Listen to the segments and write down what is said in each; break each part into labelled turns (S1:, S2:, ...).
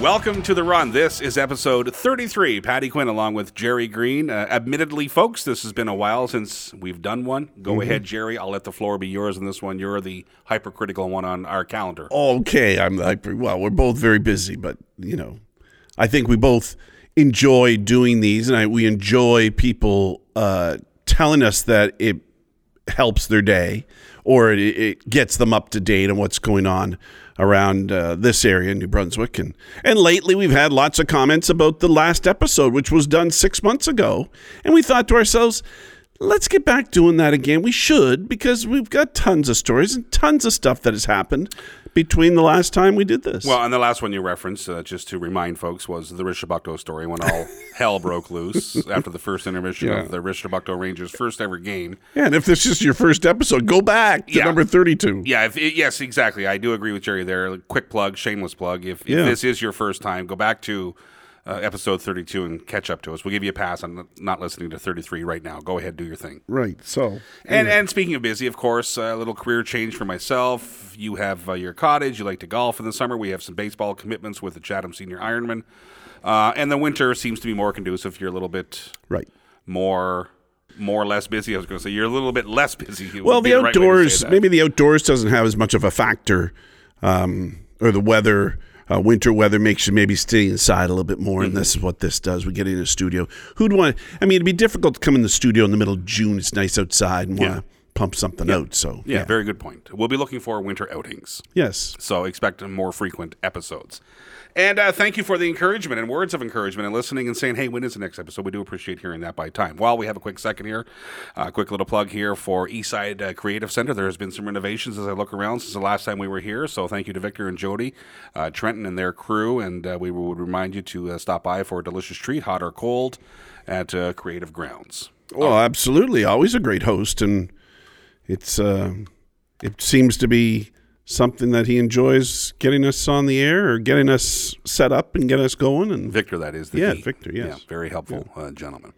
S1: Welcome to the run. This is episode 33. Patty Quinn along with Jerry Green. Uh, admittedly, folks, this has been a while since we've done one. Go ahead, Jerry. I'll let the floor be yours on this one. You're the hypercritical one on our calendar.
S2: okay, I'm like, well, we're both very busy, but you know, I think we both enjoy doing these, and I, we enjoy people uh, telling us that it helps their day or it, it gets them up to date on what's going on around uh, this area in New Brunswick. And, and lately, we've had lots of comments about the last episode, which was done six months ago. And we thought to ourselves, let's get back doing that again. We should, because we've got tons of stories and tons of stuff that has happened between the last time we did this.
S1: Well, and the last one you referenced, uh, just to remind folks, was the Rishabukto story when all hell broke loose after the first intermission
S2: Yeah.
S1: of the Rishabukto Rangers' first ever game.
S2: yeah, and if this is your first episode, go back to
S1: Yeah.
S2: number 32.
S1: Yeah, if, yes, exactly. I do agree with Jerry there. Like, Quick plug, shameless plug. If, if
S2: Yeah.
S1: this is your first time, go back to uh, episode 32 and catch up to us. We'll give you a pass on not listening to 33 right now. Go ahead, do your thing.
S2: Right. So,
S1: And, and speaking of busy, of course, a little career change for myself. You have uh, your cottage. You like to golf in the summer. We have some baseball commitments with the Chatham Senior Ironman. Uh, and the winter seems to be more conducive. You're a little bit
S2: right.
S1: more, more or less busy. I was going to say you're a little bit less busy. would
S2: Well,
S1: be
S2: the
S1: right way to say
S2: outdoors,
S1: that.
S2: maybe the outdoors doesn't have as much of a factor, um, or the weather, uh, winter weather makes you maybe stay inside a little bit more.
S1: Mm-hmm.
S2: And this is what this does. We get in a studio. Who'd want? I mean, it'd be difficult to come in the studio in the middle of June. It's nice outside and want to pump something out. So
S1: Yeah, very good point. We'll be looking for winter outings,
S2: yes,
S1: so expect more frequent episodes. And uh, thank you for the encouragement and words of encouragement and listening and saying, hey, when is the next episode? We do appreciate hearing that by time. While we have a quick second here, a quick little plug here for Eastside uh, Creative Center. There has been some renovations as I look around since the last time we were here. So thank you to Victor and Jody, uh, Trenton and their crew. And uh, we would remind you to uh, stop by for a delicious treat, hot or cold, at uh, Creative Grounds.
S2: well, Oh, absolutely. Always a great host, and it's uh, it seems to be something that he enjoys getting us on the air or getting us set up and getting us going. And
S1: Victor, that is the
S2: Yeah,
S1: D.
S2: Victor, yes.
S1: very helpful uh, gentleman.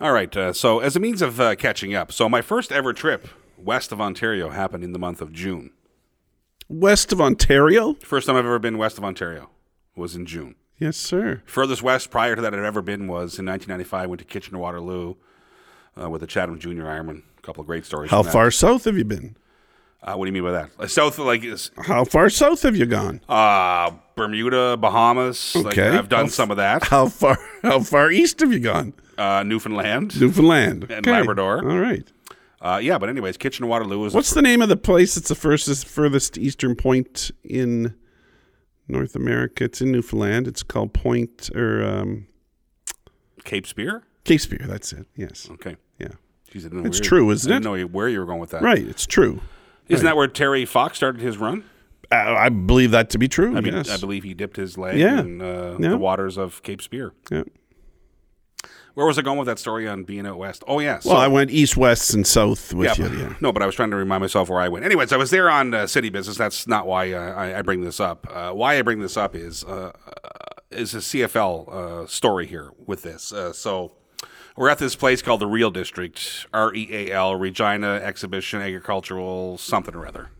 S1: All right. Uh, so, as a means of uh, catching up, so my first ever trip west of Ontario happened in the month of June.
S2: west of Ontario,
S1: First time I've ever been west of Ontario was in June.
S2: yes, sir.
S1: Furthest west prior to that I'd ever been was in 1995. went to Kitchener Waterloo uh, with the Chatham Junior Ironman. A couple of great stories.
S2: How
S1: from that.
S2: far south have you been?
S1: Uh, what do you mean by that? Uh, South, like is-
S2: How far south have you gone?
S1: uh, Bermuda, Bahamas. Like,
S2: Okay.
S1: I've done
S2: How f-
S1: some of that.
S2: How far how far east have you gone?
S1: Uh, Newfoundland.
S2: Newfoundland
S1: And
S2: Okay.
S1: Labrador.
S2: All right.
S1: Uh, yeah, but anyways, Kitchener Waterloo was the
S2: What's the name of the place that's the first furthest eastern point in North America? It's in Newfoundland. It's called Point or um,
S1: Cape Spear.
S2: Cape Spear. That's it. Yes.
S1: Okay.
S2: Yeah.
S1: Jeez, I didn't know
S2: It's
S1: where you-
S2: true, isn't
S1: I didn't know where you were going with that.
S2: Right. It's true.
S1: Isn't that where Terry Fox started his run?
S2: I, I believe that to be true.
S1: I mean,
S2: yes.
S1: I believe he dipped his leg
S2: Yeah.
S1: in uh,
S2: Yeah.
S1: the waters of Cape Spear.
S2: yeah.
S1: Where was I going with that story on being out west? Oh, yes.
S2: Well, I went east, west, and south with
S1: yeah,
S2: you. Yeah.
S1: No, but I was trying to remind myself where I went. Anyways, I was there on uh, city business. That's not why uh, I, I bring this up. Uh, why I bring this up is uh, is a CFL uh, story here with this. Uh, so we're at this place called the Real District, R E A L, Regina Exhibition Agricultural something or other,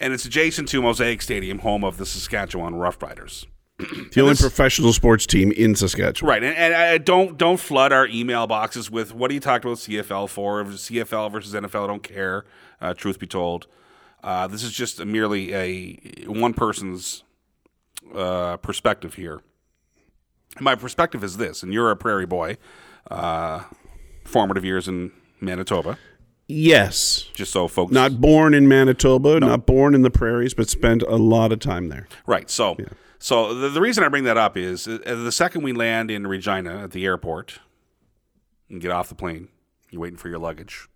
S1: and it's adjacent to Mosaic Stadium, home of the Saskatchewan Rough Riders.
S2: The only professional sports team in Saskatchewan.
S1: Right, and, and I don't don't flood our email boxes with what do you talk about CFL for? CFL versus NFL, I don't care. Uh, truth be told, uh, this is just a merely a one person's uh, perspective here. My perspective is this, and you're a prairie boy, uh, formative years in Manitoba.
S2: Yes.
S1: Just so folks,
S2: Not born in Manitoba, not born in the prairies, but spent a lot of time there.
S1: Right. So, so the, the reason I bring that up is uh, the second we land in Regina at the airport and get off the plane, you're waiting for your luggage.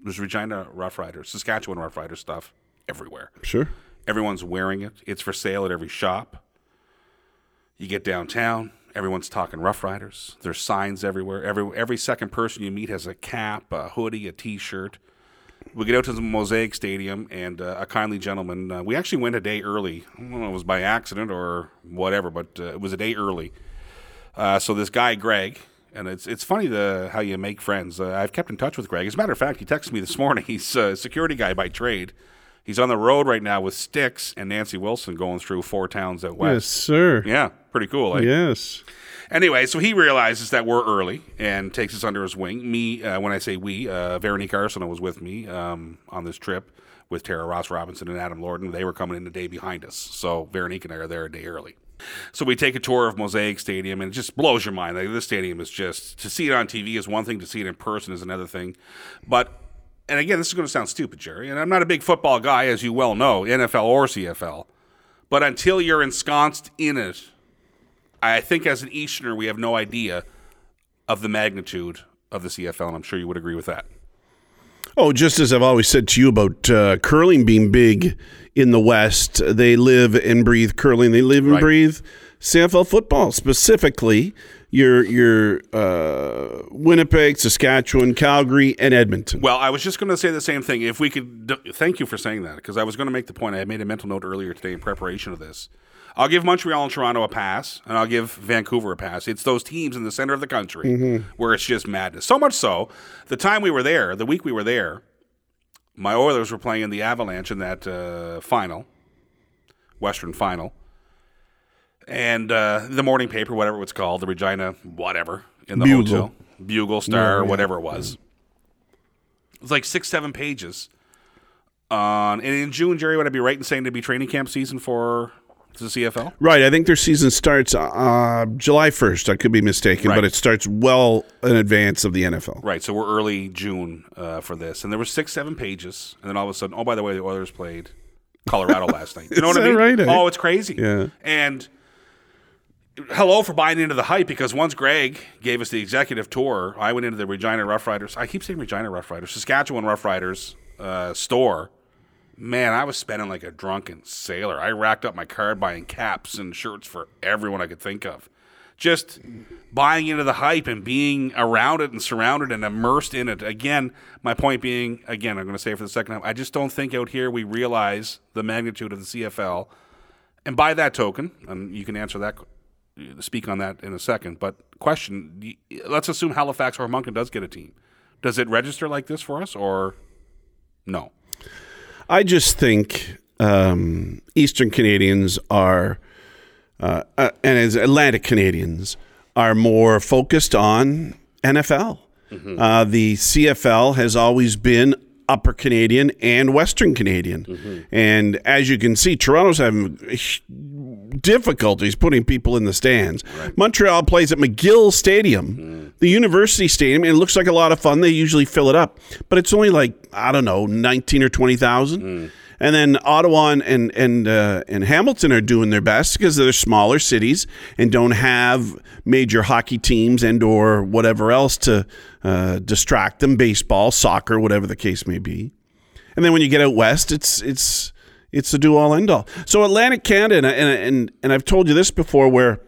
S1: There's Regina Rough Riders, Saskatchewan Rough Rider stuff everywhere.
S2: Sure.
S1: Everyone's wearing it. It's for sale at every shop. You get downtown, everyone's talking Rough Riders. There's signs everywhere. Every every second person you meet has a cap, a hoodie, a T-shirt. We get out to the Mosaic Stadium, and uh, a kindly gentleman. Uh, we actually went a day early. I don't know if it was by accident or whatever, but uh, it was a day early. Uh, so this guy Greg, and it's it's funny the how you make friends. Uh, I've kept in touch with Greg. As a matter of fact, he texted me this morning. He's a security guy by trade. He's on the road right now with Sticks and Nancy Wilson going through four towns out
S2: Yes,
S1: west.
S2: sir.
S1: Yeah, pretty cool. eh?
S2: Yes.
S1: Anyway, so he realizes that we're early and takes us under his wing. Me, uh, when I say we, uh, Veronique Arsenal was with me um, on this trip with Tara Ross Robinson and Adam Lorden. They were coming in the day behind us. So Veronique and I are there a day early. So we take a tour of Mosaic Stadium and it just blows your mind. Like, this stadium is just, to see it on TV is one thing, to see it in person is another thing. But, and again, this is going to sound stupid, Jerry, and I'm not a big football guy, as you well know, NFL or CFL. But until you're ensconced in it, I think as an Easterner, we have no idea of the magnitude of the CFL, and I'm sure you would agree with that.
S2: Oh, just as I've always said to you about uh, curling being big in the West, they live and breathe curling. They live and
S1: Right.
S2: breathe CFL football specifically. Your your uh, Winnipeg, Saskatchewan, Calgary, and Edmonton.
S1: Well, I was just going to say the same thing. If we could, d- thank you for saying that because I was going to make the point. I had made a mental note earlier today in preparation of this. I'll give Montreal and Toronto a pass, and I'll give Vancouver a pass. It's those teams in the center of the country where it's just madness. So much so, the time we were there, the week we were there, my Oilers were playing in the Avalanche in that uh, final, Western final. and uh, the morning paper, whatever it's called, the Regina, whatever, in the
S2: Bugle.
S1: hotel, Bugle Star, whatever it was. It's like six, seven pages. On and in June, Jerry, would I be right in saying to be training camp season for the CFL?
S2: Right, I think their season starts uh, July first. I could be mistaken,
S1: Right.
S2: but it starts well in advance of the NFL.
S1: Right, so we're early June uh, for this, and there was six, seven pages, and then all of a sudden, oh by the way, the Oilers played Colorado last night. You know
S2: Is
S1: what I
S2: that
S1: mean?
S2: right, eh?
S1: Oh, it's crazy.
S2: Yeah.
S1: and hello for buying into the hype because once Greg gave us the executive tour, I went into the Regina Rough Riders. I keep saying Regina Rough Riders, Saskatchewan Rough Riders uh, store. Man, I was spending like a drunken sailor. I racked up my card buying caps and shirts for everyone I could think of. Just buying into the hype and being around it and surrounded and immersed in it. Again, my point being, again, I'm going to say it for the second time, I just don't think out here we realize the magnitude of the CFL and by that token, and you can answer that, speak on that in a second. But question: y- Let's assume Halifax or Moncton does get a team. Does it register like this for us, or no?
S2: I just think um, Eastern Canadians are, uh, uh, and as Atlantic Canadians are more focused on NFL. Uh, the CFL has always been Upper Canadian and Western Canadian, and as you can see, Toronto's having h- difficulties putting people in the stands. Montreal plays at McGill Stadium, the University Stadium, and it looks like a lot of fun. They usually fill it up, but it's only like I don't know, nineteen or twenty thousand. And then Ottawa and and and, uh, and Hamilton are doing their best because they're smaller cities and don't have major hockey teams and or whatever else to uh, distract them. Baseball, soccer, whatever the case may be. And then when you get out west, it's it's it's the do all end all. So Atlantic Canada, and and and, and I've told you this before, where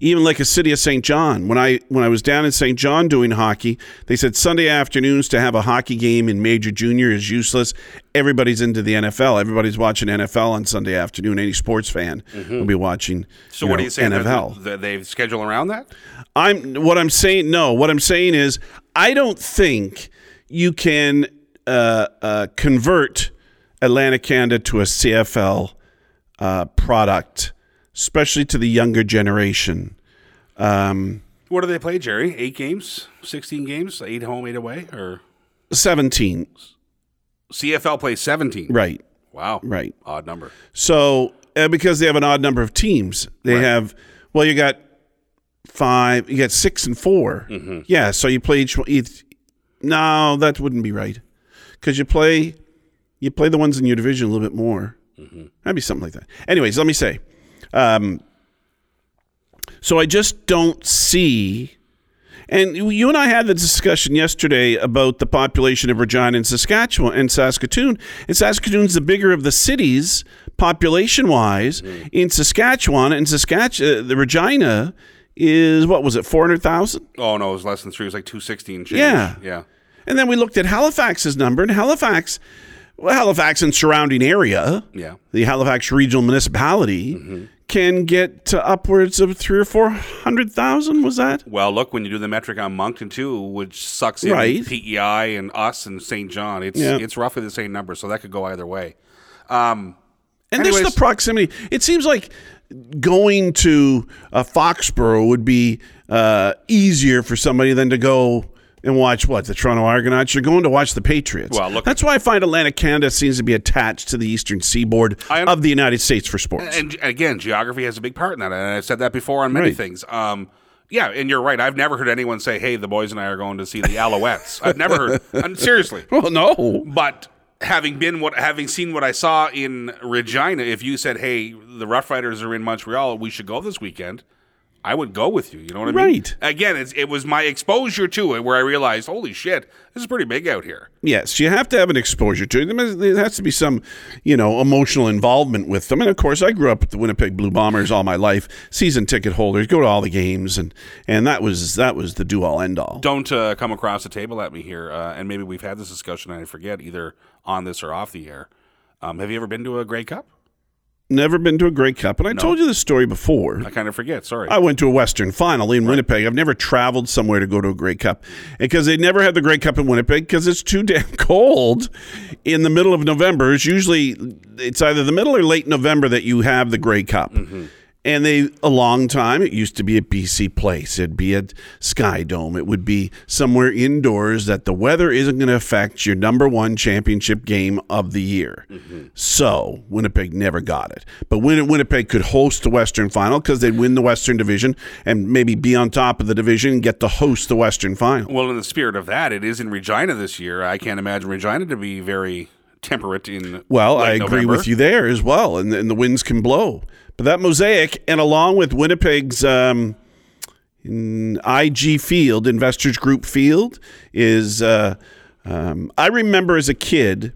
S2: even like a city of St. John. When I when I was down in St. John doing hockey, they said Sunday afternoons to have a hockey game in Major Junior is useless. Everybody's into the NFL. Everybody's watching NFL on Sunday afternoon. Any sports fan will be watching.
S1: Mm-hmm. So what
S2: know,
S1: do you say that-
S2: NFL.
S1: That they schedule around that?
S2: I'm what I'm saying. No, what I'm saying is I don't think you can uh, uh, convert Atlantic Canada to a CFL uh, product, especially to the younger generation. Um,
S1: What do they play, Jerry? Eight games, sixteen games, eight home, eight away, or
S2: Seventeen,
S1: CFL plays seventeen?
S2: right,
S1: Wow,
S2: right.
S1: odd number.
S2: So uh, because they have an odd number of teams, they have well, you got five, you got six and 4 Yeah, so you play each one. Each, no, that wouldn't be right because you play you play the ones in your division a little bit more. That'd be something like that. Anyways, let me say. Um, so I just don't see. And you and I had the discussion yesterday about the population of Regina and Saskatchewan and Saskatoon. And Saskatoon's the bigger of the cities population-wise in Saskatchewan and Saskatchewan. The Regina is what was it, four hundred thousand?
S1: Oh no, it was less than three. It was like two sixteen. Change.
S2: Yeah.
S1: yeah.
S2: And then we looked at Halifax's number, and Halifax, well, Halifax and surrounding area,
S1: Yeah.
S2: the Halifax Regional Municipality can get to upwards of three or four hundred thousand. Was that?
S1: Well, look, when you do the metric on Moncton too, which sucks in
S2: Right.
S1: PEI and us and St. John, it's
S2: Yeah.
S1: it's roughly the same number, so that could go either way.
S2: And this
S1: Anyways.
S2: is the proximity. It seems like going to uh, Foxborough would be uh, easier for somebody than to go and watch what the Toronto Argonauts. You're going to watch the Patriots.
S1: Well, look-
S2: that's why I find Atlantic Canada seems to be attached to the Eastern Seaboard
S1: I-
S2: of the United States for sports.
S1: And ge- again, geography has a big part in that, and I've said that before on many
S2: Right.
S1: things. Um, yeah, and you're right. I've never heard anyone say, "Hey, the boys and I are going to see the Alouettes." I've never heard. i seriously,
S2: well, no,
S1: but having been what having seen what I saw in Regina, if you said, "Hey, the Rough Riders are in Montreal, we should go this weekend," I would go with you. You know what I mean?
S2: Right.
S1: Again, it's, it was my exposure to it where I realized, "Holy shit, this is pretty big out here."
S2: yes, you have to have an exposure to it. There must- There has to be some, you know, emotional involvement with them. And of course, I grew up with the Winnipeg Blue Bombers all my life. Season ticket holders, go to all the games, and and that was that was the do all end all.
S1: Don't uh, come across the table at me here, uh, and maybe we've had this discussion. And I forget either on this or off the air. Um, have you ever been to a Grey Cup?
S2: Never been to a Grey Cup, and I told you this story before.
S1: I kind of forget. Sorry.
S2: I went to a Western final in Winnipeg. I've never traveled somewhere to go to a Grey Cup because they never had the Grey Cup in Winnipeg because it's too damn cold in the middle of November. It's usually it's either the middle or late November that you have the Grey Cup. And they a long time it used to be at BC Place. It'd be at Sky Dome. It would be somewhere indoors that the weather isn't going to affect your number one championship game of the year. So Winnipeg never got it. But Win- Winnipeg could host the Western Final because they'd win the Western Division and maybe be on top of the division and get to host the Western Final.
S1: well, in the spirit of that, it is in Regina this year. I can't imagine Regina to be very temperate in.
S2: Well,
S1: late
S2: I agree
S1: November.
S2: with you there as well, and, and the winds can blow. But that mosaic, and along with Winnipeg's um, in IG Field, Investors Group Field, is. Uh, um, I remember as a kid,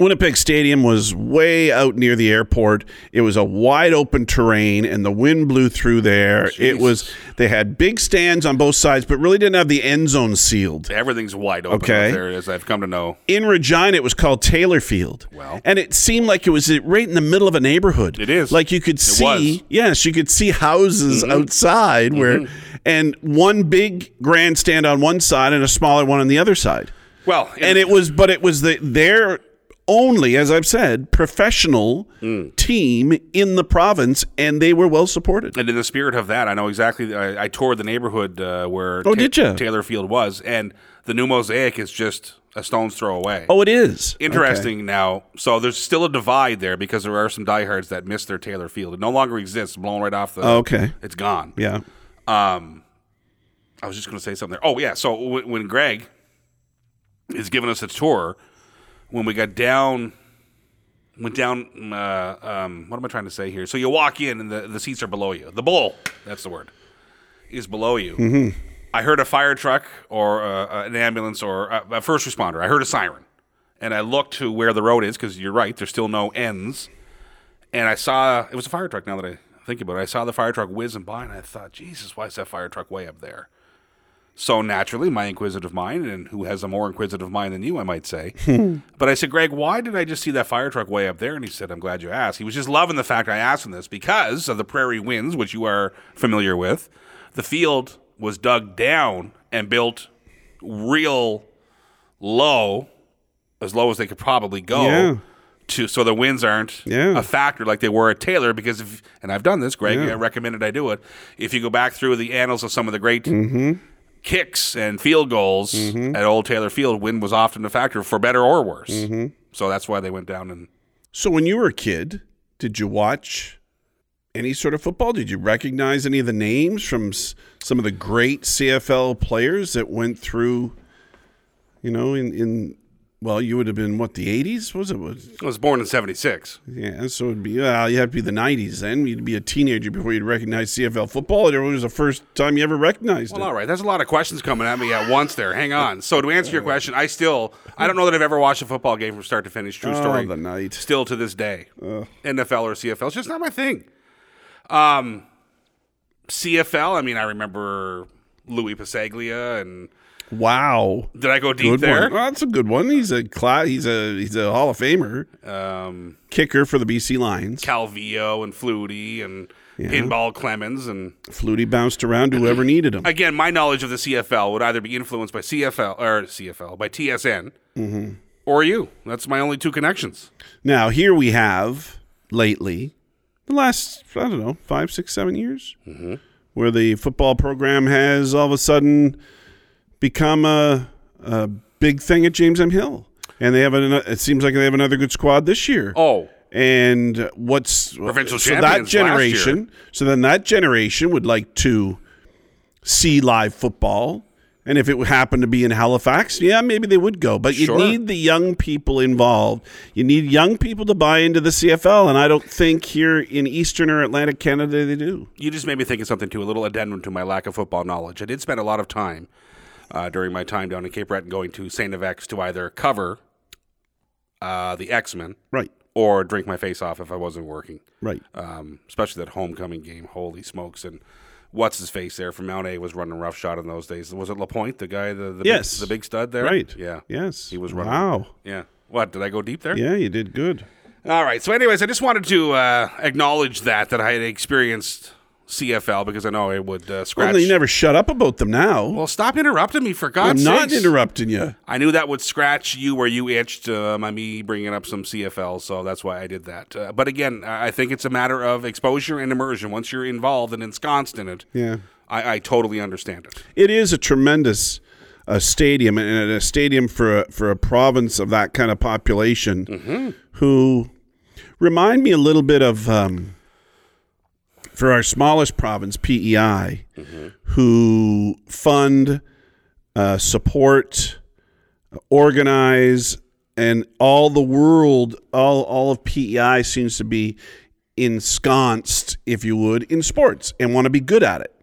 S2: Winnipeg Stadium was way out near the airport. It was a wide open terrain, and the wind blew through there. It was they had big stands on both sides, but really didn't have the end zone sealed
S1: Everything's wide open
S2: Okay.
S1: out there, as I've come to know.
S2: in Regina, it was called Taylor Field.
S1: Well.
S2: and it seemed like it was right in the middle of a neighborhood.
S1: It is.
S2: like you could see.
S1: was. Mm-hmm.
S2: Yes, you could see houses outside where, and one big grandstand on one side and a smaller one on the other side.
S1: Well,
S2: And it was, but it was the their only, as I've said, professional
S1: Mm.
S2: team in the province, and they were well supported.
S1: And in the spirit of that, I know exactly. I, I toured the neighborhood uh, where
S2: Oh, did ya?
S1: Taylor Field was, and the new mosaic is just a stone's throw away.
S2: Oh, it is
S1: Interesting now. So there's still a divide there because there are some diehards that miss their Taylor Field. It no longer exists. Blown right off the.
S2: Okay. okay.
S1: It's gone.
S2: Yeah.
S1: I was just going to say something there. Oh, yeah. So w- when Greg is giving us a tour, when we got down, went down, uh, um, what am I trying to say here? So you walk in and the, the seats are below you. The bowl, that's the word, is below you. I heard a fire truck or uh, an ambulance or a, a first responder. I heard a siren. And I looked to where the road is because you're right, there's still no ends. And I saw it was a fire truck now that I think about it. I saw the fire truck whizzing by and I thought, Jesus, why is that fire truck way up there? So naturally, my inquisitive mind, and who has a more inquisitive mind than you, I might say. but I said, Greg, why did I just see that fire truck way up there? And he said, I'm glad you asked. He was just loving the fact I asked him this because of the prairie winds, which you are familiar with. The field was dug down and built real low, as low as they could probably go.
S2: Yeah.
S1: To, so the winds aren't
S2: Yeah.
S1: a factor like they were at Taylor because if and I've done this, Greg, I recommended I do it. If you go back through the annals of some of the great kicks and field goals at Old Taylor Field, wind was often a factor for better or worse. So that's why they went down and
S2: So when you were a kid, did you watch any sort of football? Did you recognize any of the names from s- some of the great CFL players that went through, you know, in, in well, you would have been what the 80s was it was
S1: I was born in '76.
S2: yeah, so it'd be well, you have to be the 90s then. You'd be a teenager before you'd recognize CFL football. It was the first time you ever recognized
S1: Well,
S2: it.
S1: all right. There's a lot of questions coming at me at once. There. Hang on. So to answer your question, I still I don't know that I've ever watched a football game from start to finish. True
S2: Oh,
S1: story.
S2: the night.
S1: still to this day. NFL or CFL, it's just not my thing. Um, CFL, I mean, I remember Louis Pasaglia and
S2: Wow.
S1: Did I go deep
S2: Good
S1: there?
S2: one. Well, that's a good one. He's a cla- he's a he's a Hall of Famer
S1: Um,
S2: kicker for the BC Lions.
S1: Calvillo and Flutie and Pinball Clemens and
S2: Flutie bounced around to whoever needed him.
S1: again, my knowledge of the CFL would either be influenced by CFL or CFL by TSN or you. That's my only two connections.
S2: Now here we have lately, the last I don't know five, six, seven years, where the football program has all of a sudden become a, a big thing at James M Hill, and they have an, it seems like they have another good squad this year.
S1: Oh,
S2: and what's
S1: Provincial
S2: so that
S1: champions last year.
S2: generation? So then that generation would like to see live football. And if it would happen to be in Halifax, yeah, maybe they would go. But you
S1: Sure.
S2: need the young people involved. You need young people to buy into the CFL, and I don't think here in Eastern or Atlantic Canada they do.
S1: you just made me think of something too. A little addendum to my lack of football knowledge. I did spend a lot of time uh, during my time down in Cape Breton going to Saint Evex to either cover uh, the X Men
S2: Right,
S1: or drink my face off if I wasn't working.
S2: right.
S1: um, especially that homecoming game. Holy smokes! And what's his face there from Mount A was running roughshod in those days. Was it Lapointe, the guy, the, the
S2: Yes.
S1: big, the big stud there?
S2: Right.
S1: Yeah.
S2: Yes.
S1: He was running.
S2: Wow.
S1: Yeah. What did I go deep there?
S2: Yeah, you did good.
S1: All right. So, anyways, I just wanted to uh, acknowledge that that I had experienced CFL because I know I would uh,
S2: Well,
S1: scratch.
S2: you never shut up about them now.
S1: Well, stop interrupting me for God's
S2: I'm
S1: sake.
S2: not interrupting you.
S1: I knew that would scratch you where you itched um, on me bringing up some CFL, so that's why I did that. Uh, but again, I I think it's a matter of exposure and immersion. Once you're involved and ensconced in it,
S2: Yeah.
S1: I, I totally understand it.
S2: it is a tremendous uh, stadium and a stadium for a, for a province of that kind of population who remind me a little bit of um, for our smallest province PEI who fund uh, support organize and all the world all all of PEI seems to be ensconced if you would in sports and want to be good at it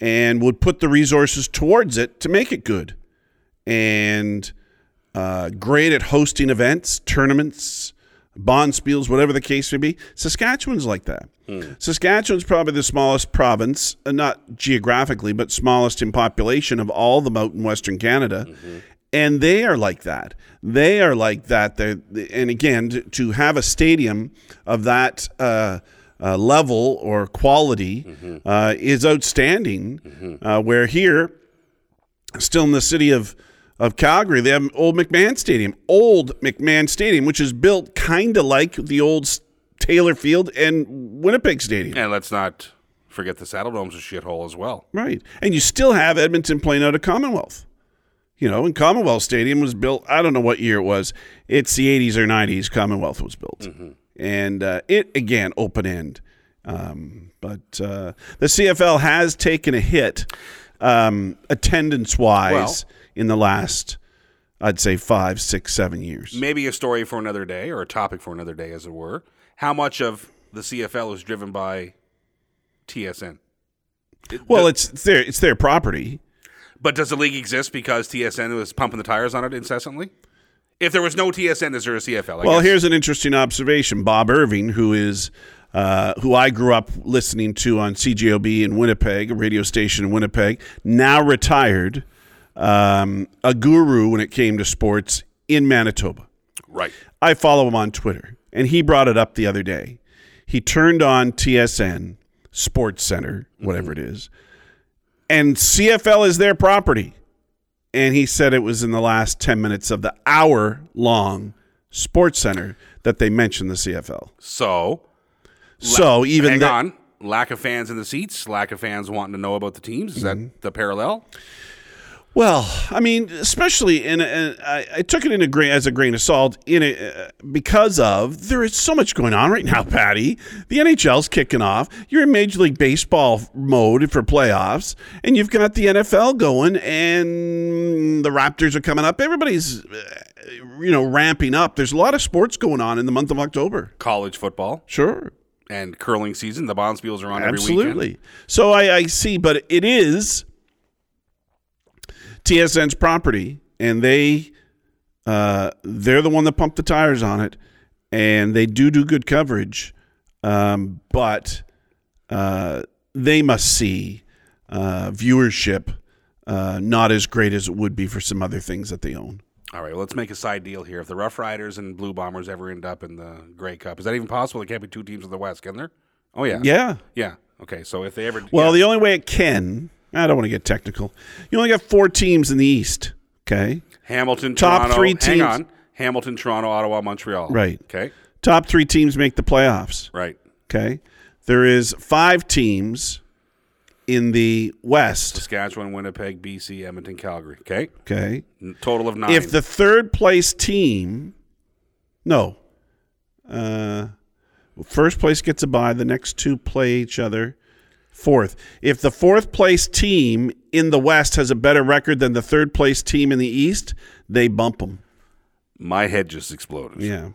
S2: and would put the resources towards it to make it good and uh, great at hosting events, tournaments, bond spiels, whatever the case may be. Saskatchewan's like that. Saskatchewan's probably the smallest province, uh, not geographically, but smallest in population of all the mountain Western Canada. And they are like that. They are like that. They're, and again, to, to have a stadium of that uh, uh, level or quality uh, is outstanding. Uh, where here, still in the city of of Calgary, they have old McMahon Stadium, old McMahon Stadium, which is built kind of like the old S- Taylor Field and Winnipeg Stadium.
S1: And let's not forget the Saddle Dome's a shithole as well.
S2: Right. And you still have Edmonton playing out of Commonwealth. You know, and Commonwealth Stadium was built, I don't know what year it was. It's the 80s or 90s, Commonwealth was built. And uh, it, again, open end. Um, but uh, the CFL has taken a hit um, attendance wise in the last, I'd say, five, six, seven years.
S1: Maybe a story for another day or a topic for another day, as it were. How much of the CFL is driven by TSN?
S2: Well, it's, it's, their, it's their property.
S1: But does the league exist because TSN was pumping the tires on it incessantly? If there was no TSN, is there a CFL? I
S2: Well,
S1: guess.
S2: here's an interesting observation. Bob Irving, who is uh, who I grew up listening to on CGOB in Winnipeg, a radio station in Winnipeg, now retired, um, a guru when it came to sports in Manitoba.
S1: right.
S2: I follow him on Twitter, and he brought it up the other day. He turned on TSN, Sports Center, whatever
S1: Mm-hmm.
S2: it is, and CFL is their property. And he said it was in the last 10 minutes of the hour long Sports Center that they mentioned the CFL.
S1: So
S2: so even
S1: hang
S2: that-
S1: on. Lack of fans in the seats, lack of fans wanting to know about the teams. Is
S2: Mm-hmm.
S1: that the parallel?
S2: Well, I mean, especially in, a- I I took it in a grain as a grain of salt in a, uh, because of there is so much going on right now, Patty. The NHL's kicking off. You're in Major League Baseball mode for playoffs, and you've got the NFL going, and the Raptors are coming up. Everybody's, uh, you know, ramping up. There's a lot of sports going on in the month of October.
S1: College football
S2: Sure.
S1: and curling season. The Bonspiels are on every weekend.
S2: Absolutely. So I, I see, but it is TSN's property, and they uh, they're the one that pumped the tires on it, and they do do good coverage, um, but uh, they must see uh, viewership uh, not as great as it would be for some other things that they own.
S1: All right, well, let's make a side deal here. If the Rough Riders and Blue Bombers ever end up in the Grey Cup, is that even possible? There can't be two teams in the West, can there? Oh yeah,
S2: Yeah.
S1: yeah. Okay, so if they ever
S2: Well, the only way it can, I don't want to get technical. You only got four teams in the East. Okay.
S1: Hamilton,
S2: top
S1: Toronto,
S2: three
S1: Hang
S2: teams-
S1: on, Hamilton, Toronto, Ottawa, Montreal.
S2: Right.
S1: Okay.
S2: Top three teams make the playoffs.
S1: Right.
S2: Okay. There is five teams in the West.
S1: Saskatchewan, Winnipeg, BC, Edmonton, Calgary. Okay.
S2: Okay.
S1: N- Total of nine.
S2: If the third place team, no, uh, first place gets a bye, the next two play each other. Fourth, if the fourth place team in the West has a better record than the third place team in the East, they bump them.
S1: My head just exploded.
S2: Yeah,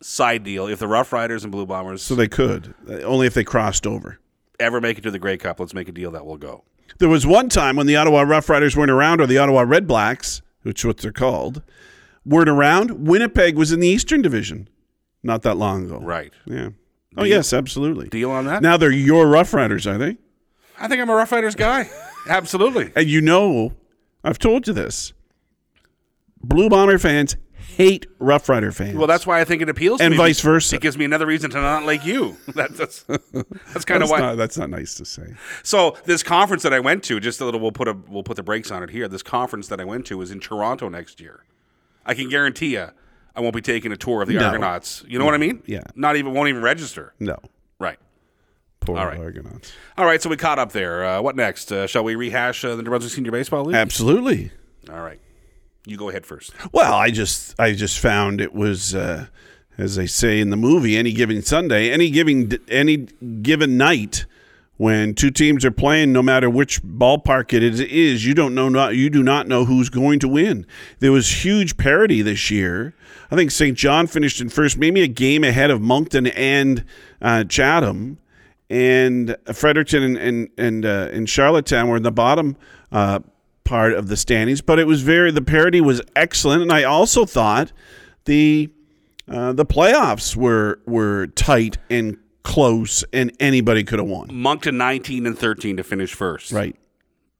S1: Side deal: If the Rough Riders and Blue Bombers
S2: so they could uh, only if they crossed over.
S1: ever make it to the Grey Cup, let's make a deal that will go.
S2: There was one time when the Ottawa Rough Riders weren't around, or the Ottawa Red Blacks, which is what they're called, weren't around. Winnipeg was in the Eastern Division not that long ago.
S1: Right.
S2: Yeah. Oh yes, absolutely.
S1: Deal on that.
S2: Now they're your Rough Riders, are they?
S1: I think I'm a Rough Riders guy. Absolutely.
S2: And you know, I've told you this. Blue Bomber fans hate Rough Rider fans.
S1: Well, that's why I think it appeals to
S2: And
S1: me.
S2: vice versa.
S1: It gives me another reason to not like you. That, that's that's kind of
S2: that's
S1: why.
S2: not, that's not nice to say.
S1: So this conference that I went to, just a little, we'll put a we'll put the brakes on it here. This conference that I went to is in Toronto next year. I can guarantee you, I won't be taking a tour of the
S2: No.
S1: Argonauts. You know what I mean?
S2: Yeah.
S1: Not even won't even register.
S2: No.
S1: Right.
S2: Poor
S1: right.
S2: Argonauts.
S1: All right. So we caught up there. Uh, what next? Uh, shall we rehash uh, the New Brunswick Senior Baseball League?
S2: Absolutely.
S1: All right. You go ahead first.
S2: Well, I just I just found it was uh, as they say in the movie, any given Sunday, any giving any given night when two teams are playing, no matter which ballpark it is, is you don't know not you do not know who's going to win. There was huge parity this year. I think St. John finished in first, maybe a game ahead of Moncton and uh, Chatham and Fredericton and and and, uh, and Charlottetown were in the bottom uh, part of the standings. But it was very the parity was excellent, and I also thought the uh, the playoffs were were tight and close, and anybody could have won.
S1: Moncton 19 and 13 to finish first.
S2: Right,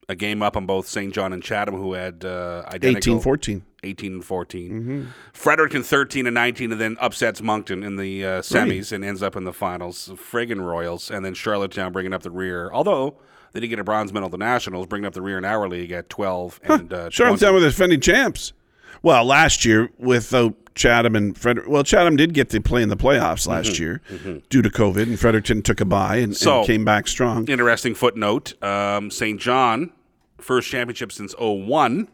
S1: A game up on both St. John and Chatham, who had uh, identical
S2: 18-14.
S1: 18 and 14. Fredericton 13 and 19, and then upsets Moncton in the uh, semis and ends up in the finals. Friggin' Royals, and then Charlottetown bringing up the rear. Although they did get a bronze medal at the Nationals, bringing up the rear in our league at 12 and uh, 20.
S2: Charlottetown were the defending champs. Well, last year without Chatham and Frederick. Well, Chatham did get to play in the playoffs last year due to COVID, and Fredericton took a bye and,
S1: So-
S2: and came back strong.
S1: Interesting footnote. Um, St. John, first championship since 01,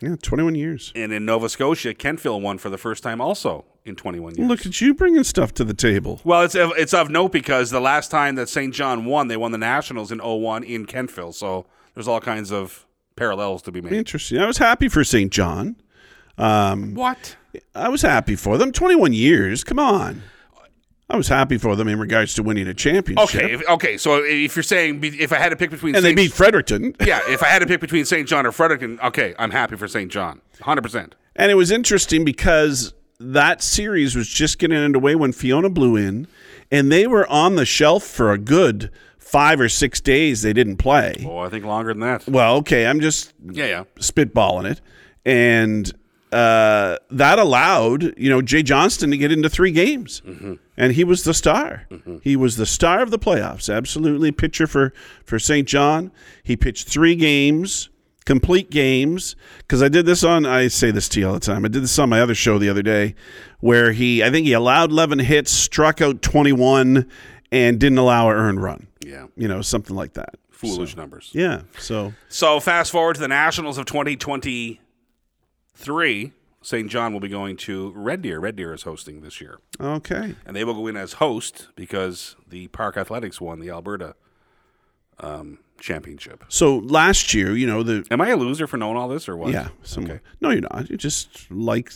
S2: Yeah, twenty one years.
S1: and in Nova Scotia, Kentville won for the first time also in 21 years.
S2: Look at you bringing stuff to the table.
S1: Well, it's of, it's of note because the last time that St. John won, they won the Nationals in 01 in Kentville. So there's all kinds of parallels to be made.
S2: Interesting. I was happy for St. John.
S1: What?
S2: I was happy for them. 21 years. Come on. I was happy for them in regards to winning a championship.
S1: Okay, if, okay. So if you're saying be- if I had to pick between
S2: And they
S1: Saint,
S2: beat Fredericton.
S1: yeah, if I had to pick between St. John or Fredericton, okay, I'm happy for St. John, 100. percent
S2: And it was interesting because that series was just getting underway when Fiona blew in, and they were on the shelf for a good five or six days. They didn't play.
S1: Oh, I think longer than that.
S2: Well, okay. I'm just
S1: Yeah, yeah.
S2: spitballing it, and uh, that allowed you know Jay Johnston to get into three games, and he was the star. He was the star of the playoffs. Absolutely, pitcher for for St. John. He pitched three games, complete games. Because I did this on I say this to you all the time. I did this on my other show the other day, where he I think he allowed eleven hits, struck out twenty one, and didn't allow an earned run.
S1: Yeah.
S2: You know something like that.
S1: Foolish numbers.
S2: Yeah. So
S1: So fast forward to the Nationals of 2023. St. John will be going to Red Deer. Red Deer is hosting this year.
S2: okay.
S1: and they will go in as host because the Park Athletics won the Alberta um, championship.
S2: So last year, you know the
S1: Am I a loser for knowing all this or what?
S2: Yeah. somewhere. No, you're not. You just like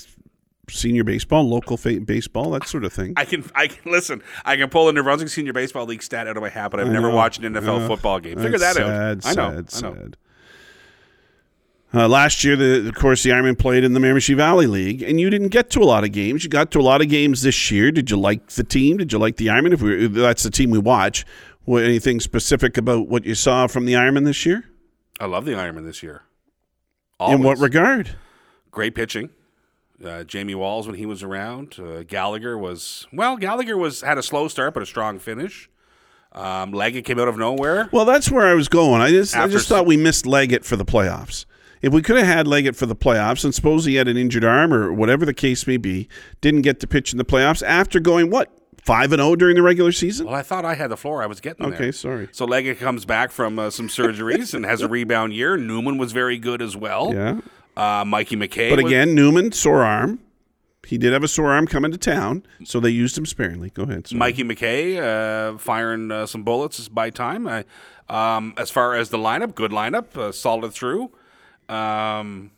S2: senior baseball, local fa- baseball, that sort of thing.
S1: I can, I can listen. I can pull a New Brunswick Senior Baseball League stat out of my hat, but I've never
S2: know.
S1: watched an NFL
S2: Ugh,
S1: football game. Figure that
S2: That's
S1: out.
S2: sad,
S1: I know.
S2: sad,
S1: I know.
S2: sad. Uh, last year, the, of course, the Ironman played in the Miramichi Valley League, and you didn't get to a lot of games. You got to a lot of games this year. Did you like the team? Did you like the Ironman? If we, that's the team we watch. What, anything specific about what you saw from the Ironman this year?
S1: I love the Ironman this year.
S2: In what
S1: Always.
S2: regard?
S1: great pitching. Uh, Jamie Walls when he was around. Uh, Gallagher was well. Gallagher was had a slow start but a strong finish. Um, Leggett came out of nowhere.
S2: Well, that's where I was going. I just, I
S1: After
S2: just thought we missed Leggett for the playoffs. If we could have had Leggett for the playoffs, and suppose he had an injured arm or whatever the case may be, didn't get to pitch in the playoffs after going what five and zero during the regular season.
S1: Well, I thought I had the floor. I was getting there.
S2: Okay, sorry.
S1: So Leggett comes back from uh, some surgeries and has a rebound year. Newman was very good as well.
S2: Yeah,
S1: Uh, Mikey McKay.
S2: but
S1: was-
S2: again, Newman sore arm. He did have a sore arm coming to town, so they used him sparingly. Go ahead. sorry.
S1: Mikey McKay uh, firing uh, some bullets by time. I, um, as far as the lineup, good lineup, uh, solid through. Um,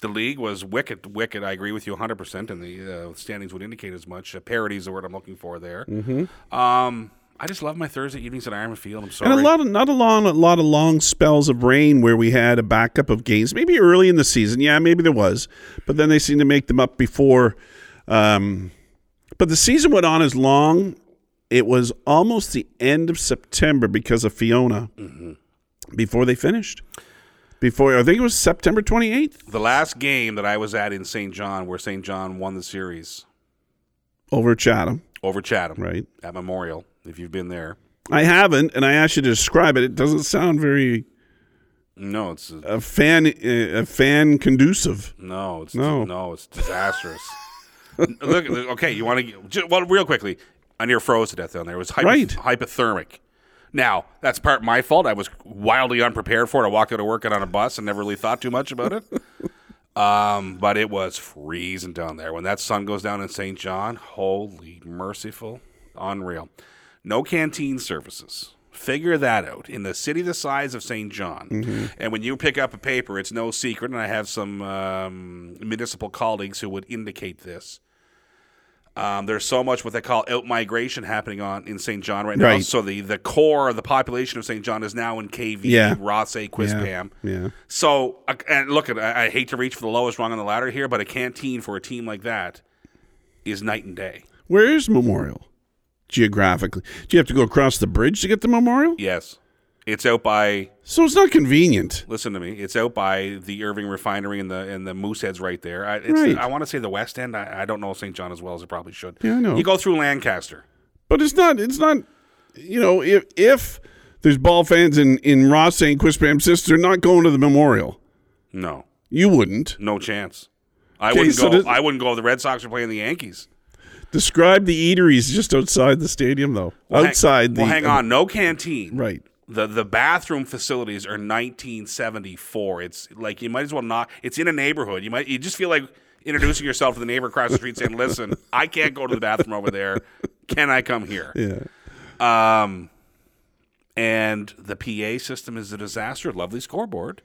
S1: the league was wicked, wicked. I agree with you 100%, and the uh, standings would indicate as much. Uh, parity is the word I'm looking for there. Mm-hmm. Um, I just love my Thursday evenings at Ironman Field. I'm sorry.
S2: And a lot of not a long a lot of long spells of rain where we had a backup of games. Maybe early in the season, yeah, maybe there was, but then they seemed to make them up before. Um, but the season went on as long. It was almost the end of September because of Fiona. Before they finished, before I think it was September twenty eighth
S1: the last game that I was at in St. John, where St. John won the series
S2: over at Chatham,
S1: over Chatham
S2: right?
S1: at Memorial, if you've been there.
S2: I haven't, and I asked you to describe it. It doesn't sound very
S1: No, it's
S2: uh, fan uh, fan conducive.
S1: No, it's
S2: No.
S1: no, it's disastrous. N- Look, okay, you want to well, real quickly. I near froze to death down there. It was hypo-
S2: Right.
S1: hypothermic. Now that's part my fault. I was wildly unprepared for it. I walked out of work and on a bus and never really thought too much about it. um, but it was freezing down there when that sun goes down in St. John. Holy merciful, unreal. No canteen services. Figure that out in the city the size of St. John.
S2: Mm-hmm.
S1: And when you pick up a paper, it's no secret, and I have some um, municipal colleagues who would indicate this. Um, there's so much what they call out migration happening on in St. John right now.
S2: Right.
S1: So the, the core of the population of St. John is now in KV,
S2: Yeah.
S1: Rosse, Quispam.
S2: Yeah.
S1: So, uh, and look, at I I hate to reach for the lowest rung on the ladder here, but a canteen for a team like that is night and day.
S2: Where is Memorial geographically? Do you have to go across the bridge to get to Memorial?
S1: Yes. It's out by
S2: So it's not convenient.
S1: listen to me. It's out by the Irving Refinery and the and the Mooseheads right there. I, it's,
S2: Right.
S1: I want to say the West End. I, I don't know St. John as well as I probably should.
S2: Yeah, I know.
S1: You go through Lancaster.
S2: But it's not. It's not. You know, if if there's ball fans in in Ross St. Quispam sister not going to the Memorial,
S1: No,
S2: you wouldn't
S1: no chance. I
S2: Okay,
S1: wouldn't
S2: so
S1: go.
S2: does-
S1: I wouldn't go. if The Red Sox are playing the Yankees.
S2: describe the eateries just outside the stadium though.
S1: Well, hang-
S2: outside the um,
S1: well, hang on. No canteen.
S2: right.
S1: the the bathroom facilities are 1974. It's like you might as well not. It's in a neighborhood. You might you just feel like introducing yourself to the neighbor across the street, saying, "Listen, I can't go to the bathroom over there. Can I come here?"
S2: Yeah.
S1: Um, and the PA system is a disaster. Lovely scoreboard.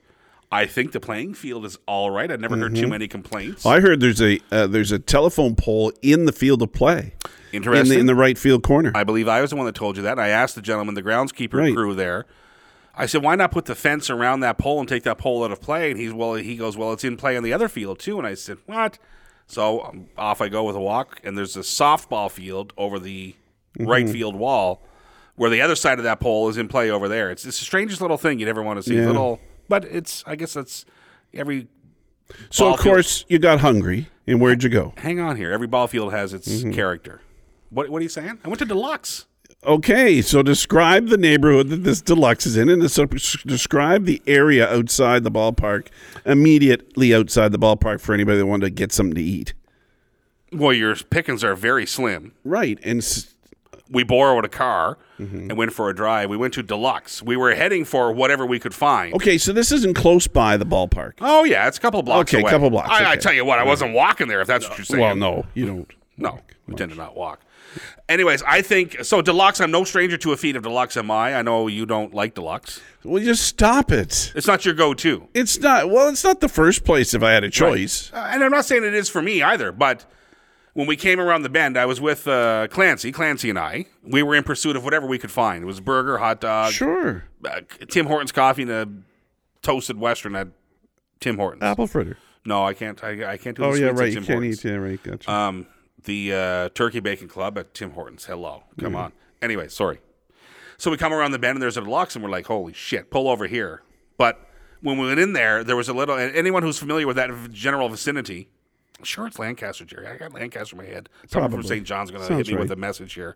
S1: I think the playing field is all right. I've never heard too many complaints.
S2: Mm-hmm. I heard there's a uh, there's a telephone pole in the field of play in
S1: Interesting.
S2: the, in the right field corner.
S1: I believe I was the one that told you that. And I asked the gentleman, the groundskeeper
S2: Right.
S1: crew there. I said, "Why not put the fence around that pole and take that pole out of play?" And he's well, he goes, "Well, it's in play on the other field too." And I said, "What?" So um, off I go with a walk, and there's a softball field over the
S2: Mm-hmm.
S1: right field wall, where the other side of that pole is in play over there. It's it's the strangest little thing you'd ever want to see.
S2: Yeah.
S1: Little, but it's I guess that's every.
S2: so
S1: ball
S2: of
S1: field-
S2: course you got hungry, and where'd you go?
S1: Hang on here. Every ball field has its
S2: Mm-hmm.
S1: character. What what are you saying? I went to deluxe.
S2: Okay, so describe the neighborhood that this deluxe is in, and so describe the area outside the ballpark, immediately outside the ballpark for anybody that wanted to get something to eat.
S1: Well, your pickings are very slim.
S2: Right, and s-
S1: we borrowed a car
S2: Mm-hmm.
S1: and went for a drive. We went to Deluxe. We were heading for whatever we could find.
S2: okay, so this isn't close by the ballpark.
S1: Oh yeah, it's a couple blocks.
S2: Okay,
S1: away.
S2: couple blocks,
S1: I, I
S2: okay.
S1: tell you what, I wasn't walking there. If that's what you're saying.
S2: Well, no, you don't.
S1: no, we tend to not walk. Anyways, I think so. Deluxe. I'm no stranger to a feat of Deluxe. Am I? I know you don't like Deluxe.
S2: Well, just stop it.
S1: It's not your go-to.
S2: It's not. Well, it's not the first place if I had a choice.
S1: Uh, and I'm not saying it is for me either, but when we came around the bend, I was with uh, Clancy, Clancy and I. We were in pursuit of whatever we could find. It was burger, hot dog,
S2: Sure,
S1: uh, Tim Hortons coffee and a toasted Western at Tim Hortons.
S2: apple fritter.
S1: no, I can't. I, I can't do.
S2: Oh
S1: the
S2: yeah,
S1: sweets at
S2: right. You
S1: Tim
S2: can't
S1: Hortons.
S2: eat. Yeah, right. Gotcha.
S1: Um, the uh, Turkey Bacon Club at Tim Hortons. Hello, come
S2: Mm-hmm.
S1: on. Anyway, sorry. So we come around the bend and there's a deluxe, and we're like, "Holy shit, pull over here!" But when we went in there, there was a little. And anyone who's familiar with that v- general vicinity, sure, it's Lancaster, Jerry. I got Lancaster in my head. Someone from
S2: Probably.
S1: St. John's going to
S2: Sounds
S1: hit me with a
S2: right.
S1: message here.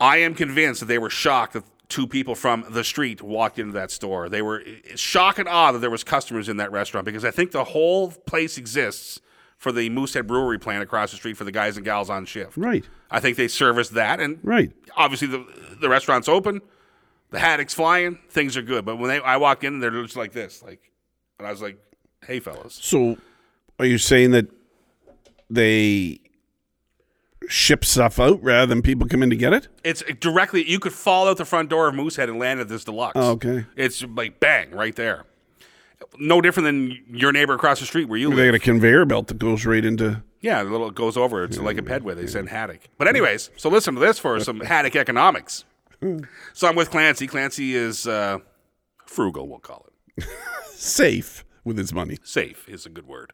S1: I am convinced that they were shocked that two people from the street walked into that store. They were i- shocked and awed that there was customers in that restaurant because I think the whole place exists for the Moosehead Brewery plant across the street for the guys and gals on shift.
S2: Right.
S1: I think they service that and
S2: Right.
S1: obviously the the restaurant's open, the haddock's flying, things are good. But when they I walked in, they're just like this, like, and I was like, "Hey, fellas,
S2: So, are you saying that they ship stuff out rather than people come in to get it?
S1: it's directly you could fall out the front door of Moosehead and land at this deluxe.
S2: Oh, okay.
S1: it's like bang right there. No different than your neighbor across the street where you live.
S2: They got a conveyor belt that goes right into.
S1: Yeah, the little it goes over. It's like a pedway. They send haddock. But anyways, so listen to this for some haddock economics. So I'm with Clancy. Clancy is uh, frugal, we'll call it.
S2: safe with his money.
S1: safe is a good word.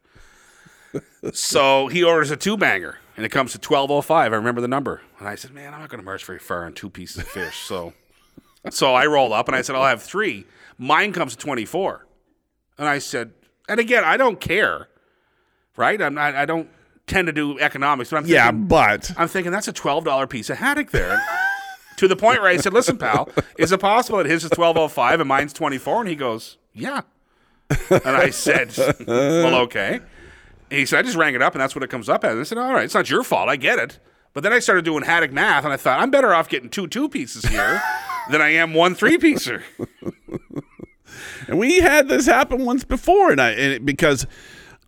S1: so he orders a two banger, and it comes to twelve oh five. I remember the number, and I said, "Man, I'm not going to march very far on two pieces of fish." So, so I rolled up and I said, "I'll have three. Mine comes to twenty four, and I said, "And again, I don't care, right? I'm not. I don't tend to do economics, but I'm
S2: Yeah,
S1: thinking,
S2: but
S1: I'm thinking that's a twelve dollar piece of haddock there." to the point where I said, "Listen, pal, is it possible that his is twelve oh five and mine's twenty four? And he goes, "Yeah." And I said, "Well, okay." And he said, "I just rang it up, and that's what it comes up as." I said, "All right, it's not your fault. I get it." But then I started doing haddock math, and I thought I'm better off getting two two pieces here than I am one three piecer.
S2: and we had this happen once before, and I and it, because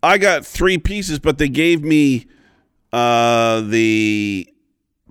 S2: I got three pieces, but they gave me uh, the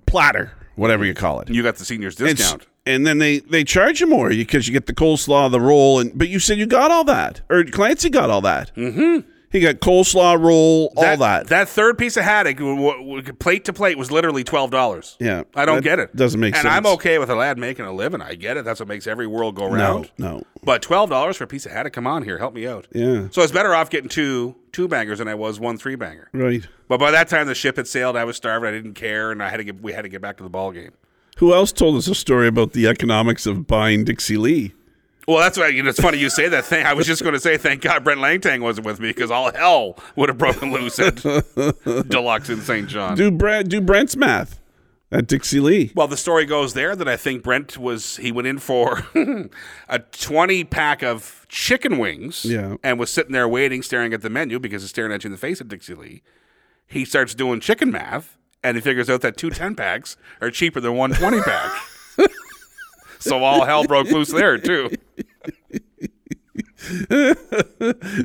S2: platter, whatever you call it,
S1: You got the seniors
S2: and, s-
S1: discount.
S2: and then they they charge you more because you get the coleslaw, the roll, and but you said you got all that, or Clancy got all that. Mm-hmm. He got coleslaw, roll, all that.
S1: That third piece of haddock, w- w- w- plate to plate, was literally twelve dollars.
S2: Yeah,
S1: I don't
S2: that
S1: get it.
S2: doesn't make
S1: and
S2: sense.
S1: I'm okay with a lad making a living. I get it. That's what makes every world go
S2: no,
S1: round.
S2: no,
S1: But twelve dollars for a piece of haddock. Come on here, help me out.
S2: yeah,
S1: So I was better off getting two two bangers than I was one three banger.
S2: right.
S1: But by that time the ship had sailed. I was starving. I didn't care, and I had to get we had to get back to the ball game.
S2: Who else told us a story about the economics of buying Dixie Lee?
S1: Well, that's why you know, it's funny you say that thing. I was just going to say thank God Brent Langtang wasn't with me because all hell would have broken loose at Deluxe in St. John.
S2: Do Brent do Brent's math at Dixie Lee?
S1: Well, the story goes there that I think Brent was he went in for a twenty pack of chicken wings,
S2: Yeah.
S1: and was sitting there waiting, staring at the menu because it's staring at you in the face at Dixie Lee. He starts doing chicken math, and he figures out that two 10 packs are cheaper than one 20 pack. so all hell broke loose there too.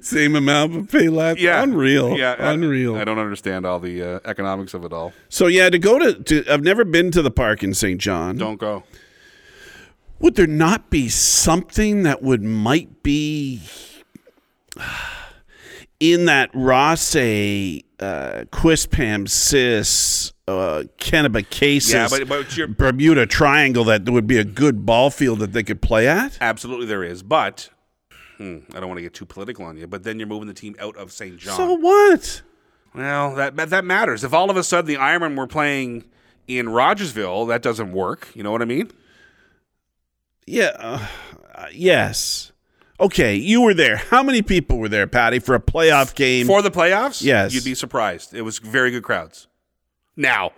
S2: Same amount, but pay less.
S1: Yeah,
S2: unreal.
S1: Yeah, I-
S2: unreal.
S1: I, don't understand all the uh, economics of it all.
S2: so yeah, to go to, to I've never been to the park in St. John.
S1: Don't go.
S2: Would there not be something that would might be in that Rosse, uh, Quispam, Sis, uh, Kennebecasis,
S1: Yeah, but, but you're,
S2: Bermuda Triangle that there would be a good ball field that they could play at?
S1: absolutely there is, but. hmm, I don't want to get too political on you, but then you're moving the team out of St. John.
S2: So what?
S1: Well, that that- that matters. If all of a sudden the Ironmen were playing in Rogersville, that doesn't work. You know what I mean?
S2: Yeah. uh, uh, yes. Okay, you were there. How many people were there, Patty, for a playoff game?
S1: For the playoffs,
S2: Yes.
S1: you'd be surprised. It was very good crowds. Now,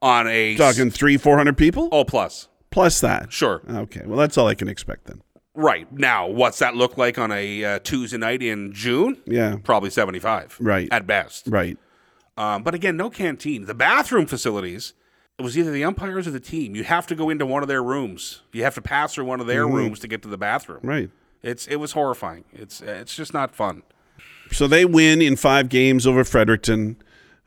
S1: on a
S2: Talking three, four hundred people
S1: all plus,
S2: plus that.
S1: sure,
S2: Okay, well that's all I can expect then.
S1: right now, what's that look like on a uh, Tuesday night in June?
S2: Yeah.
S1: Probably seventy-five,
S2: Right.
S1: at best.
S2: Right.
S1: Um, but again, no canteen. The bathroom facilities, it was either the umpires or the team. You have to go into one of their rooms. You have to pass through one of
S2: Mm-hmm.
S1: their rooms to get to the bathroom.
S2: Right.
S1: It's it was horrifying. It's it's just not fun.
S2: So they win in five games over Fredericton.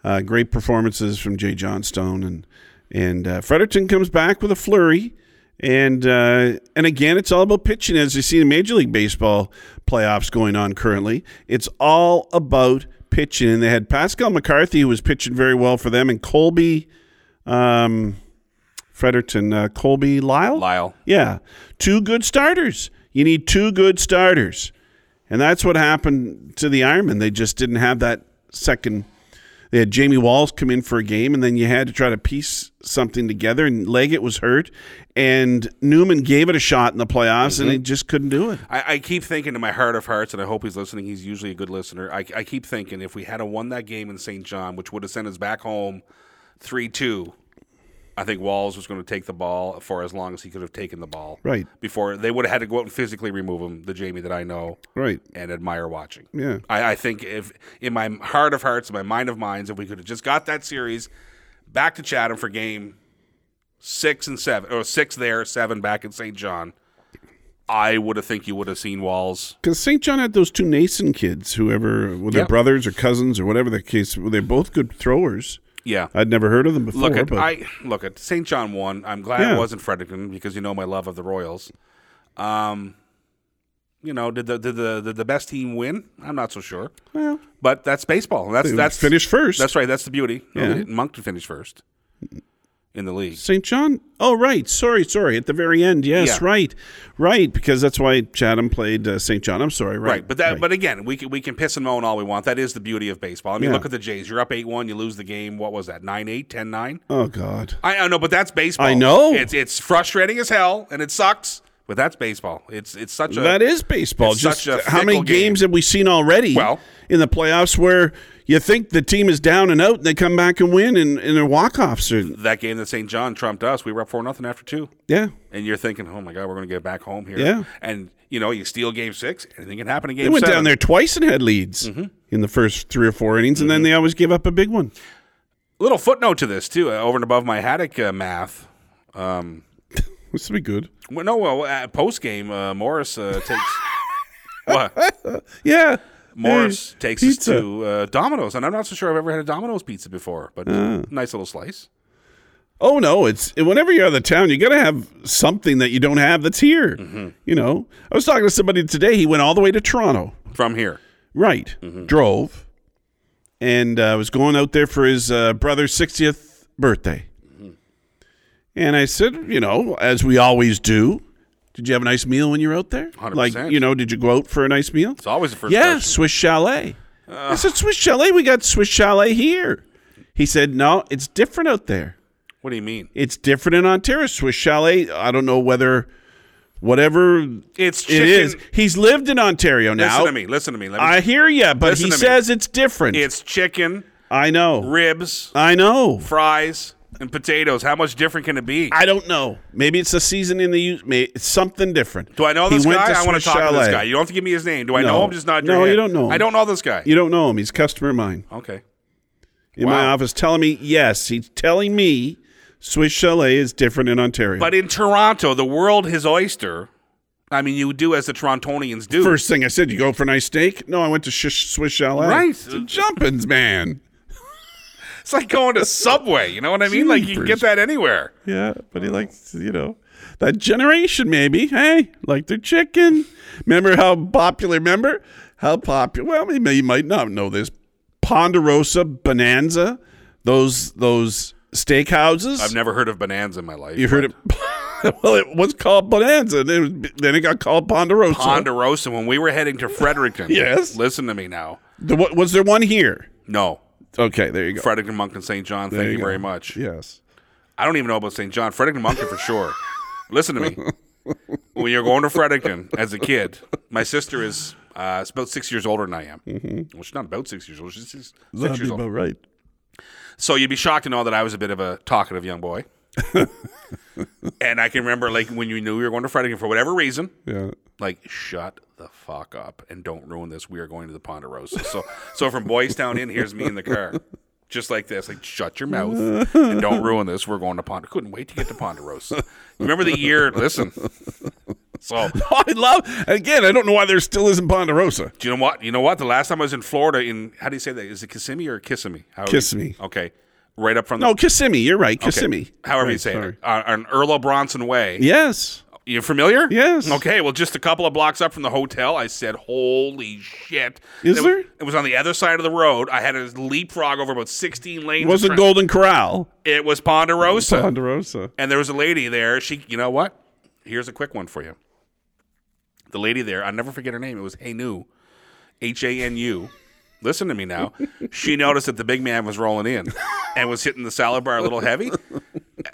S2: Uh, great performances from Jay Johnstone and and uh, Fredericton comes back with a flurry. And uh, and again, it's all about pitching, as you see in Major League Baseball playoffs going on currently. It's all about pitching, and they had Pascal McCarthy who was pitching very well for them, and Colby, um, Fredericton, uh, Colby Lyle,
S1: Lyle.
S2: yeah, two good starters. You need two good starters, and that's what happened to the Ironmen. They just didn't have that second. They had Jamie Walls come in for a game, and then you had to try to piece something together. And Leggett was hurt, and Newman gave it a shot in the playoffs, and he just couldn't do it.
S1: I, I keep thinking in my heart of hearts, and I hope he's listening. He's usually a good listener. I, I keep thinking if we had a won that game in St. John, which would have sent us back home three two, I think Walls was going to take the ball for as long as he could have taken the ball.
S2: Right.
S1: before they would have had to go out and physically remove him, the Jamie that I know
S2: Right.
S1: and admire watching.
S2: Yeah.
S1: I, I think if in my heart of hearts, in my mind of minds, if we could have just got that series back to Chatham for game six and seven, or six there, seven back in St. John, I would have think you would have seen Walls.
S2: Because St. John had those two Nason kids, whoever were their
S1: Yep.
S2: brothers or cousins or whatever the case. They're both good throwers.
S1: Yeah.
S2: I'd never heard of them before.
S1: Look at
S2: but
S1: I look at St. John won. I'm glad
S2: Oh, Yeah.
S1: it wasn't Fredericton because you know my love of the Royals. Um, you know, did the did the did the best team win? I'm not so sure.
S2: well,
S1: But that's baseball. That's
S2: they
S1: that's
S2: finished first.
S1: That's right. That's the beauty.
S2: Yeah.
S1: Moncton finished first in the league.
S2: St. John. Oh, right. Sorry, sorry. At the very end. Yes,
S1: Yeah.
S2: right, right. Because that's why Chatham played uh, St. John. I'm sorry. Right.
S1: Right, but that, but again, we can we can piss and moan all we want. That is the beauty of baseball. I mean,
S2: Yeah.
S1: look at the Jays. You're up eight one. You lose the game. What was that? 9-8, 10-9?
S2: oh God.
S1: I, I know, but that's baseball.
S2: I know.
S1: it's it's frustrating as hell, and it sucks. But that's baseball. It's it's such a
S2: That is baseball.
S1: It's
S2: Just
S1: such a
S2: how many
S1: fickle game.
S2: games have we seen already
S1: Well-
S2: in the playoffs where you think the team is down and out and they come back and win and, and they're walk-offs? Or,
S1: that game that St. John trumped us. We were up four nothing after two,
S2: yeah.
S1: and you're thinking, oh my god, we're going to get back home here.
S2: Yeah.
S1: and you know you steal game six, anything can happen in game
S2: They went
S1: seven. Mm-hmm.
S2: down there twice and had leads in the first three or four innings, and then they always give up a big one.
S1: Little footnote to this too, uh, over and above my Haddock uh, math. Um,
S2: This will be good.
S1: Well, no, well, uh, post game, uh, Morris uh, takes what?
S2: Yeah.
S1: Morris
S2: Hey,
S1: takes
S2: pizza.
S1: us to uh, Domino's, and I'm not so sure I've ever had a Domino's pizza before, but nice little slice.
S2: Oh no! It's whenever you're out of the town, you gotta have something that you don't have that's here. You know, I was talking to somebody today. He went all the way to Toronto,
S1: From here,
S2: right? Drove, and uh, was going out there for his uh, brother's 60th birthday. And I said, you know, as we always do, did you have a nice meal when you were out there?
S1: 100%.
S2: Like, you know, did you go out for a nice meal?
S1: it's always the first.
S2: yeah,
S1: question.
S2: Swiss Chalet. I said, Swiss Chalet, we got Swiss Chalet here. He said, no, it's different out there.
S1: What do you mean?
S2: It's different in Ontario. Swiss Chalet, I don't know whether, whatever
S1: It's
S2: it
S1: chicken.
S2: is. He's lived in Ontario now.
S1: Listen to me. Listen to me. Let me
S2: I hear you, but
S1: Listen
S2: he
S1: to me.
S2: says it's different.
S1: it's chicken,
S2: I know.
S1: ribs,
S2: I know.
S1: fries, and potatoes. How much different can it be?
S2: I don't know. Maybe it's a season in the U. Maybe it's something different.
S1: do I know
S2: He
S1: this
S2: went
S1: guy? I want
S2: Swiss
S1: to talk to this
S2: Chalet.
S1: guy. You don't have to give me his name. Do I
S2: No.
S1: know him? Just nod your
S2: No, you
S1: head.
S2: don't know him.
S1: I don't know this guy.
S2: You don't know him. He's a customer of mine
S1: okay.
S2: in my
S1: Wow.
S2: office, telling me yes. He's telling me Swiss Chalet is different in Ontario.
S1: But in Toronto, the world his oyster. I mean, you do as the Torontonians do.
S2: First thing I said, you go for a nice steak? No, I went to Shish Swiss Chalet.
S1: Right.
S2: It's a jumpins, man.
S1: It's like going to Subway. You know what I mean? Like you can get that anywhere.
S2: Yeah, but he likes, you know, that generation maybe. Hey, like their chicken. Remember how popular, remember how popular, well, maybe you might not know this. Ponderosa, Bonanza, those those steakhouses.
S1: I've never heard of Bonanza in my life.
S2: you heard it. well, it was called Bonanza. Then it, was- then it got called Ponderosa.
S1: Ponderosa. When we were heading to Fredericton.
S2: Yes.
S1: Listen to me now.
S2: The- what- was there one here?
S1: No.
S2: Okay, there you go.
S1: Fredericton, Moncton, St. John. Thank
S2: you
S1: you,
S2: go.
S1: very much.
S2: Yes.
S1: I don't even know about St. John. Fredericton, Moncton for sure. Listen to me. When you're going to Fredericton as a kid, my sister is uh, it's about six years older than I am.
S2: Mm-hmm.
S1: Well, she's not about six years old. She's six, six
S2: That'd be
S1: years old.
S2: about right.
S1: So you'd be shocked to know that I was a bit of a talkative young boy. and I can remember, like, when you knew you were going to Fredericton for whatever reason,
S2: Yeah.
S1: like, shut the fuck up and don't ruin this. We are going to the Ponderosa. So, so from Boys Town in, here's me in the car, just like this, like, shut your mouth and don't ruin this. We're going to Ponderosa. Couldn't wait to get to Ponderosa. Remember the year? Listen. So
S2: Oh, I love, again, I don't know why there still isn't Ponderosa.
S1: Do you know what? You know what? The last time I was in Florida, in how do you say that? Is it Kissimmee or Kissimmee? How
S2: Kissimmee.
S1: Okay, right up from the
S2: No, Kissimmee. You're right.
S1: okay.
S2: Kissimmee.
S1: However you
S2: Right,
S1: say
S2: sorry.
S1: it, on, on Erla Bronson Way.
S2: Yes.
S1: You familiar?
S2: Yes.
S1: Okay. Well, just a couple of blocks up from the hotel, I said, "Holy shit!"
S2: Is
S1: it,
S2: there?
S1: It was on the other side of the road. I had to leapfrog over about sixteen lanes.
S2: It wasn't
S1: in front-
S2: Golden Corral.
S1: It was Ponderosa,
S2: Ponderosa.
S1: and there was a lady there. She, you know what? Here's a quick one for you. The lady there, I'll never forget her name. It was Hanu, H A N U. Listen to me now. She noticed that the big man was rolling in and was hitting the salad bar a little heavy.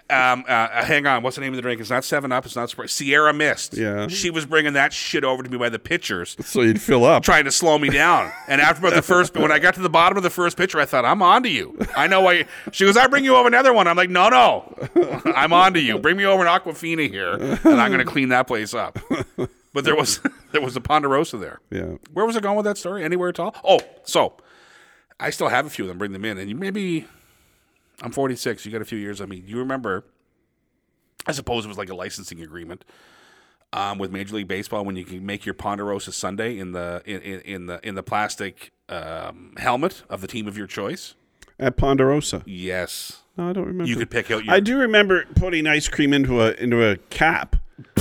S1: Um, uh, hang on. What's the name of the drink? It's not Seven Up. It's not Sprite. Sierra Mist.
S2: Yeah.
S1: She was bringing that shit over to me by the pitchers,
S2: So you'd fill up.
S1: trying to slow me down. And after about the first, when I got to the bottom of the first pitcher, I thought, I'm on to you. I know why. you-" She goes, I bring you over another one. I'm like, no, no, I'm on to you. Bring me over an Aquafina here, and I'm going to clean that place up. But there was there was a Ponderosa there.
S2: Yeah.
S1: Where was I going with that story? Anywhere at all? Oh, so I still have a few of them. Bring them in, and you maybe I'm 46. You got a few years on me. You remember? I suppose it was like a licensing agreement um, with Major League Baseball when you can make your Ponderosa Sunday in the in, in, in the in the plastic um, helmet of the team of your choice.
S2: At Ponderosa.
S1: Yes,
S2: No, I don't remember.
S1: you could pick out your.
S2: I do remember putting ice cream into a into a cap.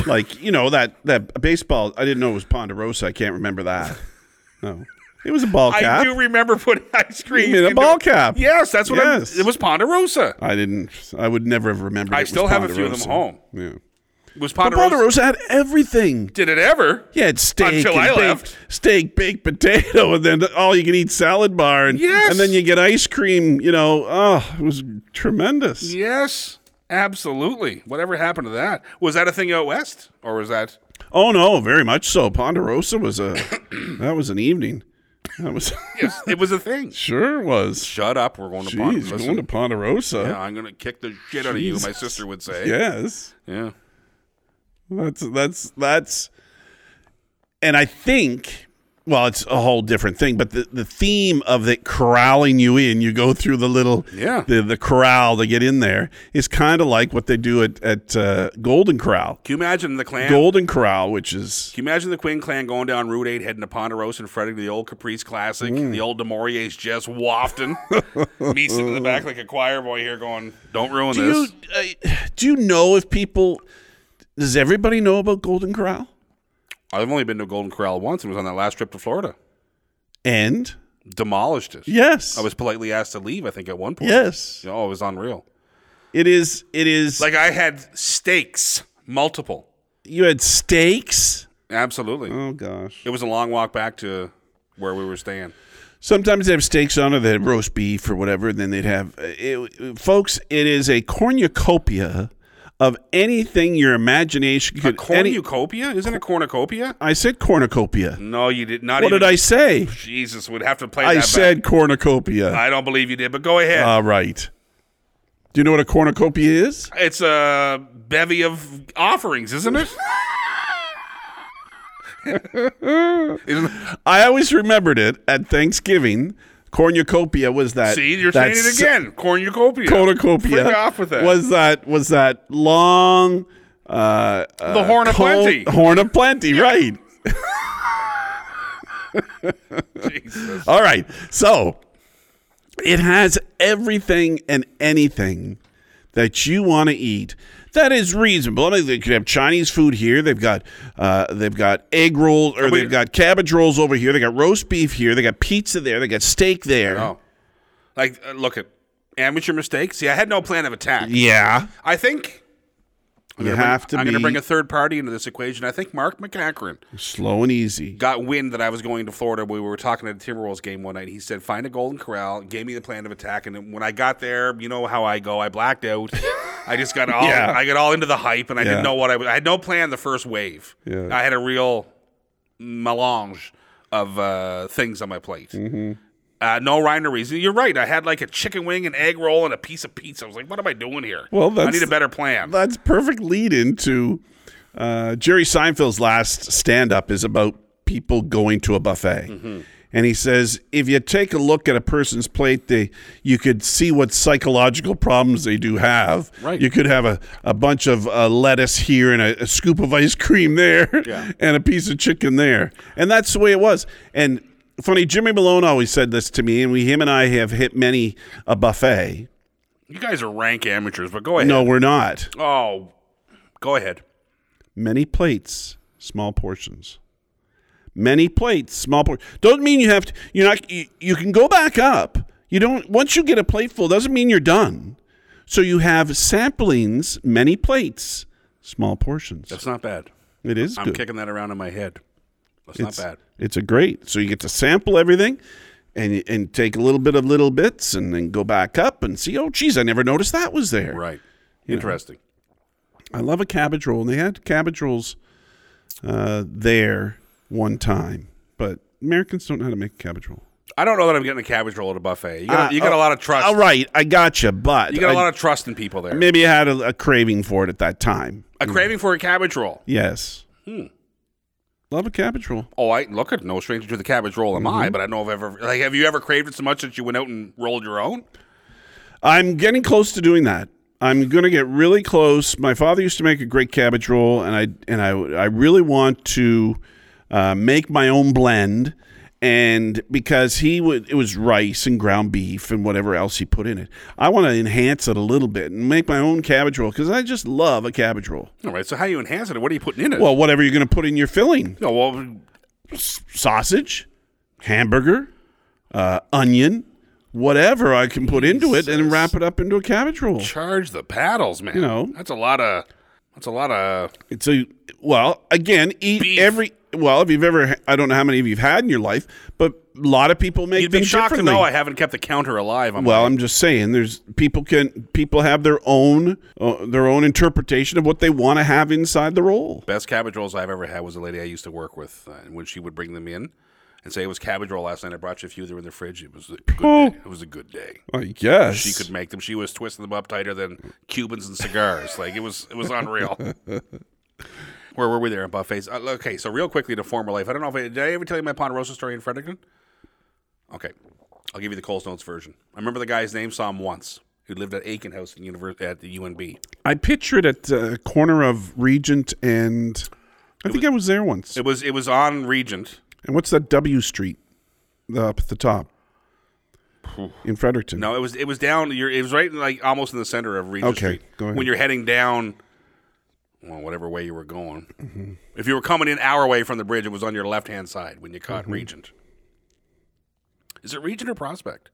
S2: Like, you know, that that baseball I didn't know it was Ponderosa. I can't remember that. No. It was a ball
S1: I
S2: cap.
S1: do remember putting ice cream
S2: in a
S1: into-
S2: ball cap.
S1: Yes, that's what
S2: Yes.
S1: I'm, it was. Ponderosa.
S2: I didn't I would never have remembered.
S1: I
S2: it was
S1: still have a few of them home.
S2: Ponderosa. Yeah.
S1: It was
S2: But
S1: Ponderosa.
S2: Ponderosa had everything.
S1: Did it ever?
S2: Yeah, it's steak
S1: Until
S2: and
S1: I
S2: baked,
S1: left.
S2: steak, baked potato, and then all you can eat salad bar, and
S1: Yes.
S2: and then you get ice cream. You know, oh, it was tremendous.
S1: Yes, absolutely. Whatever happened to that? Was that a thing out west, or was that?
S2: Oh no, very much so. Ponderosa was a that was an evening. That was
S1: Yes, it was a thing.
S2: sure was.
S1: Shut up. We're going to Pond.
S2: Jeez,
S1: Listen,
S2: going to
S1: yeah,
S2: Ponderosa.
S1: I'm going to kick the shit out of you. My
S2: Jesus.
S1: sister would say.
S2: Yes,
S1: Yeah.
S2: that's that's that's, and I think. Well, it's a whole different thing, but the, the theme of it corralling you in, you go through the little
S1: Yeah.
S2: the the corral to get in there is kind of like what they do at at uh, Golden Corral.
S1: Can you imagine the clan?
S2: Golden Corral, which is
S1: Can you imagine the Quinn clan going down Route 8, heading to Ponderosa and Frederick, the old Caprice Classic, the old Demorier's just wafting? Me sitting in the back like a choir boy here going, don't ruin
S2: do you
S1: this.
S2: uh, do you know if people does everybody know about Golden Corral?
S1: I've only been to Golden Corral once and was on that last trip to Florida.
S2: And
S1: Demolished it.
S2: yes,
S1: I was politely asked to leave, I think, at one point.
S2: yes,
S1: Oh, it was unreal.
S2: it is it is
S1: Like I had steaks, multiple.
S2: you had steaks.
S1: Absolutely.
S2: Oh gosh,
S1: It was a long walk back to where we were staying.
S2: sometimes they have steaks on it. They have roast beef or whatever. And then they'd have uh, it, folks. It is a cornucopia of anything your imagination could. any-
S1: Cornucopia? Isn't it cornucopia?
S2: I said cornucopia.
S1: No, you did not.
S2: What
S1: even,
S2: did I say?
S1: Jesus, would have to play.
S2: I
S1: that
S2: said Uh, cornucopia.
S1: Back. I don't believe you did, but go ahead.
S2: All right. Do you know what a cornucopia is?
S1: it's a bevy of offerings, isn't it? Isn't-
S2: I always remembered it at Thanksgiving. Cornucopia was that.
S1: see, you're
S2: that
S1: saying it
S2: s-
S1: again. Cornucopia.
S2: Cornucopia
S1: Freak off with that.
S2: was that was that long. Uh, uh,
S1: The horn of
S2: cone-
S1: plenty.
S2: Horn of plenty, right?
S1: Jesus.
S2: All right. So it has everything and anything that you want to eat that is reasonable. I mean, they could have Chinese food here. They've got uh, they've got egg rolls or they've got cabbage rolls over here. They got roast beef here. They got pizza there. They got steak there.
S1: Oh, like uh, look at amateur mistakes. See, I had no plan of attack.
S2: Yeah.
S1: I think
S2: You have to
S1: I'm
S2: be
S1: going to bring a third party into this equation. I think Mark McCachran
S2: slow and easy.
S1: got wind that I was going to Florida. We were talking at a Timberwolves game one night. He said, "Find a Golden Corral." Gave me the plan of attack, and then when I got there, you know how I go. I blacked out. I just got all
S2: Yeah.
S1: I got all into the hype, and I
S2: Yeah.
S1: didn't know what I was. I had no plan the first wave.
S2: Yeah.
S1: I had a real melange of uh, things on my plate.
S2: Mm-hmm.
S1: Uh, no rhyme or reason. You're right. I had like a chicken wing, an egg roll, and a piece of pizza. I was like, "What am I doing here?"
S2: Well,
S1: I
S2: that's-
S1: need a better plan.
S2: That's perfect lead into uh, Jerry Seinfeld's last stand up is about people going to a buffet.
S1: Mm-hmm.
S2: And he says, if you take a look at a person's plate, they you could see what psychological problems they do have.
S1: Right.
S2: You could have a, a bunch of uh, lettuce here and a, a scoop of ice cream there
S1: Yeah.
S2: and a piece of chicken there. And that's the way it was. And funny, Jimmy Malone always said this to me, and we him and I have hit many a buffet.
S1: you guys are rank amateurs, but go ahead.
S2: No, we're not.
S1: Oh, go ahead.
S2: Many plates, small portions. Many plates, small portions. Doesn't mean you have to. You're not. You, you can go back up. You don't. Once you get a plate full, doesn't mean you're done. So you have samplings, many plates, small portions.
S1: That's not bad.
S2: It is
S1: I'm
S2: good.
S1: kicking that around in my head. That's not bad.
S2: It's a great. So you get to sample everything, and and take a little bit of little bits and then go back up and see. Oh, geez, I never noticed that was there.
S1: Right. Interesting.
S2: I love a cabbage roll, and they had cabbage rolls uh, there one time, but Americans don't know how to make a cabbage roll.
S1: I don't know that I'm getting a cabbage roll at a buffet. You got,
S2: Uh,
S1: you got a lot of trust.
S2: All right, I gotcha, but
S1: You got a
S2: I-
S1: lot of trust in people there.
S2: maybe I had a, a craving for it at that time.
S1: a craving for a cabbage roll.
S2: Yes.
S1: Hmm.
S2: Love a cabbage roll.
S1: Oh, I look at no stranger to the cabbage roll am
S2: Mm-hmm.
S1: I, but I know I've ever like have you ever craved it so much that you went out and rolled your own?
S2: I'm getting close to doing that. I'm going to get really close. My father used to make a great cabbage roll, and I and I I really want to uh, make my own blend. And because he would, it was rice and ground beef and whatever else he put in it. I want to enhance it a little bit and make my own cabbage roll because I just love a cabbage roll.
S1: All right, so how you enhance it? What are you putting in it?
S2: Well, whatever you're going to put in your filling,
S1: no, well
S2: sausage, hamburger, uh, onion, whatever I can put into it, and wrap it up into a cabbage roll.
S1: charge the paddles, man. You
S2: know.
S1: that's a lot of that's a lot of
S2: It's a well, again, eat
S1: Beef.
S2: every well. If you've ever, I don't know how many of you've had in your life, but a lot of people make
S1: You'd be
S2: things
S1: shocked to
S2: differently.
S1: know I haven't kept the counter alive on
S2: well, I'm just saying, there's people can people have their own uh, their own interpretation of what they want to have inside the roll.
S1: Best cabbage rolls I've ever had was a lady I used to work with, uh, and when she would bring them in and say it was cabbage roll last night, I brought you a few. They were in the fridge. It was a good day. It was a good day.
S2: I guess
S1: She could make them. She was twisting them up tighter than Cubans and cigars. like it was, it was unreal. Where were we there in buffets? Uh, okay, so real quickly to former life. I don't know if I, did I ever tell you my Ponderosa story in Fredericton. Okay, I'll give you the Coles Notes version. I remember the guy's name. Saw him once. Who lived at Aiken House in univers- at the UNB.
S2: I picture it at the corner of Regent and I think I was there once.
S1: It was it was on Regent.
S2: and what's that W Street the, up at the top in Fredericton?
S1: No, it was it was down. You're, it was right like almost in the center of Regent
S2: Okay,
S1: Street.
S2: go ahead.
S1: When you're heading down, well, whatever way you were going.
S2: Mm-hmm.
S1: If you were coming in our way from the bridge, it was on your left hand side when you caught
S2: Mm-hmm.
S1: Regent. Is it Regent or Prospect?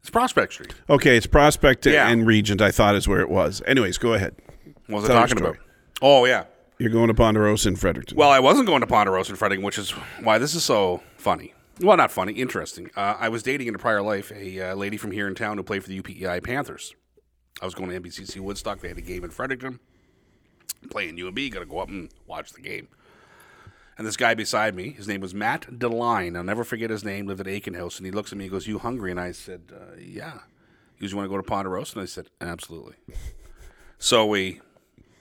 S1: It's Prospect Street.
S2: Okay, it's Prospect
S1: Yeah.
S2: and Regent. I thought is where it was. Anyways, go ahead.
S1: What was
S2: Tell
S1: I
S2: your
S1: talking about?
S2: story.
S1: Oh yeah.
S2: You're going to Ponderosa in Fredericton.
S1: Well, I wasn't going to Ponderosa in Fredericton, which is why this is so funny. Well, not funny, interesting. Uh, I was dating in a prior life a uh, lady from here in town who played for the UPEI Panthers. I was going to NBCC Woodstock. They had a game in Fredericton. Playing UMB, got to go up and watch the game. And this guy beside me, his name was Matt DeLine. I'll never forget his name, lived at Aiken House. And he looks at me and goes, You hungry? And I said, uh, Yeah. He goes, You want to go to Ponderosa? And I said, Absolutely. so we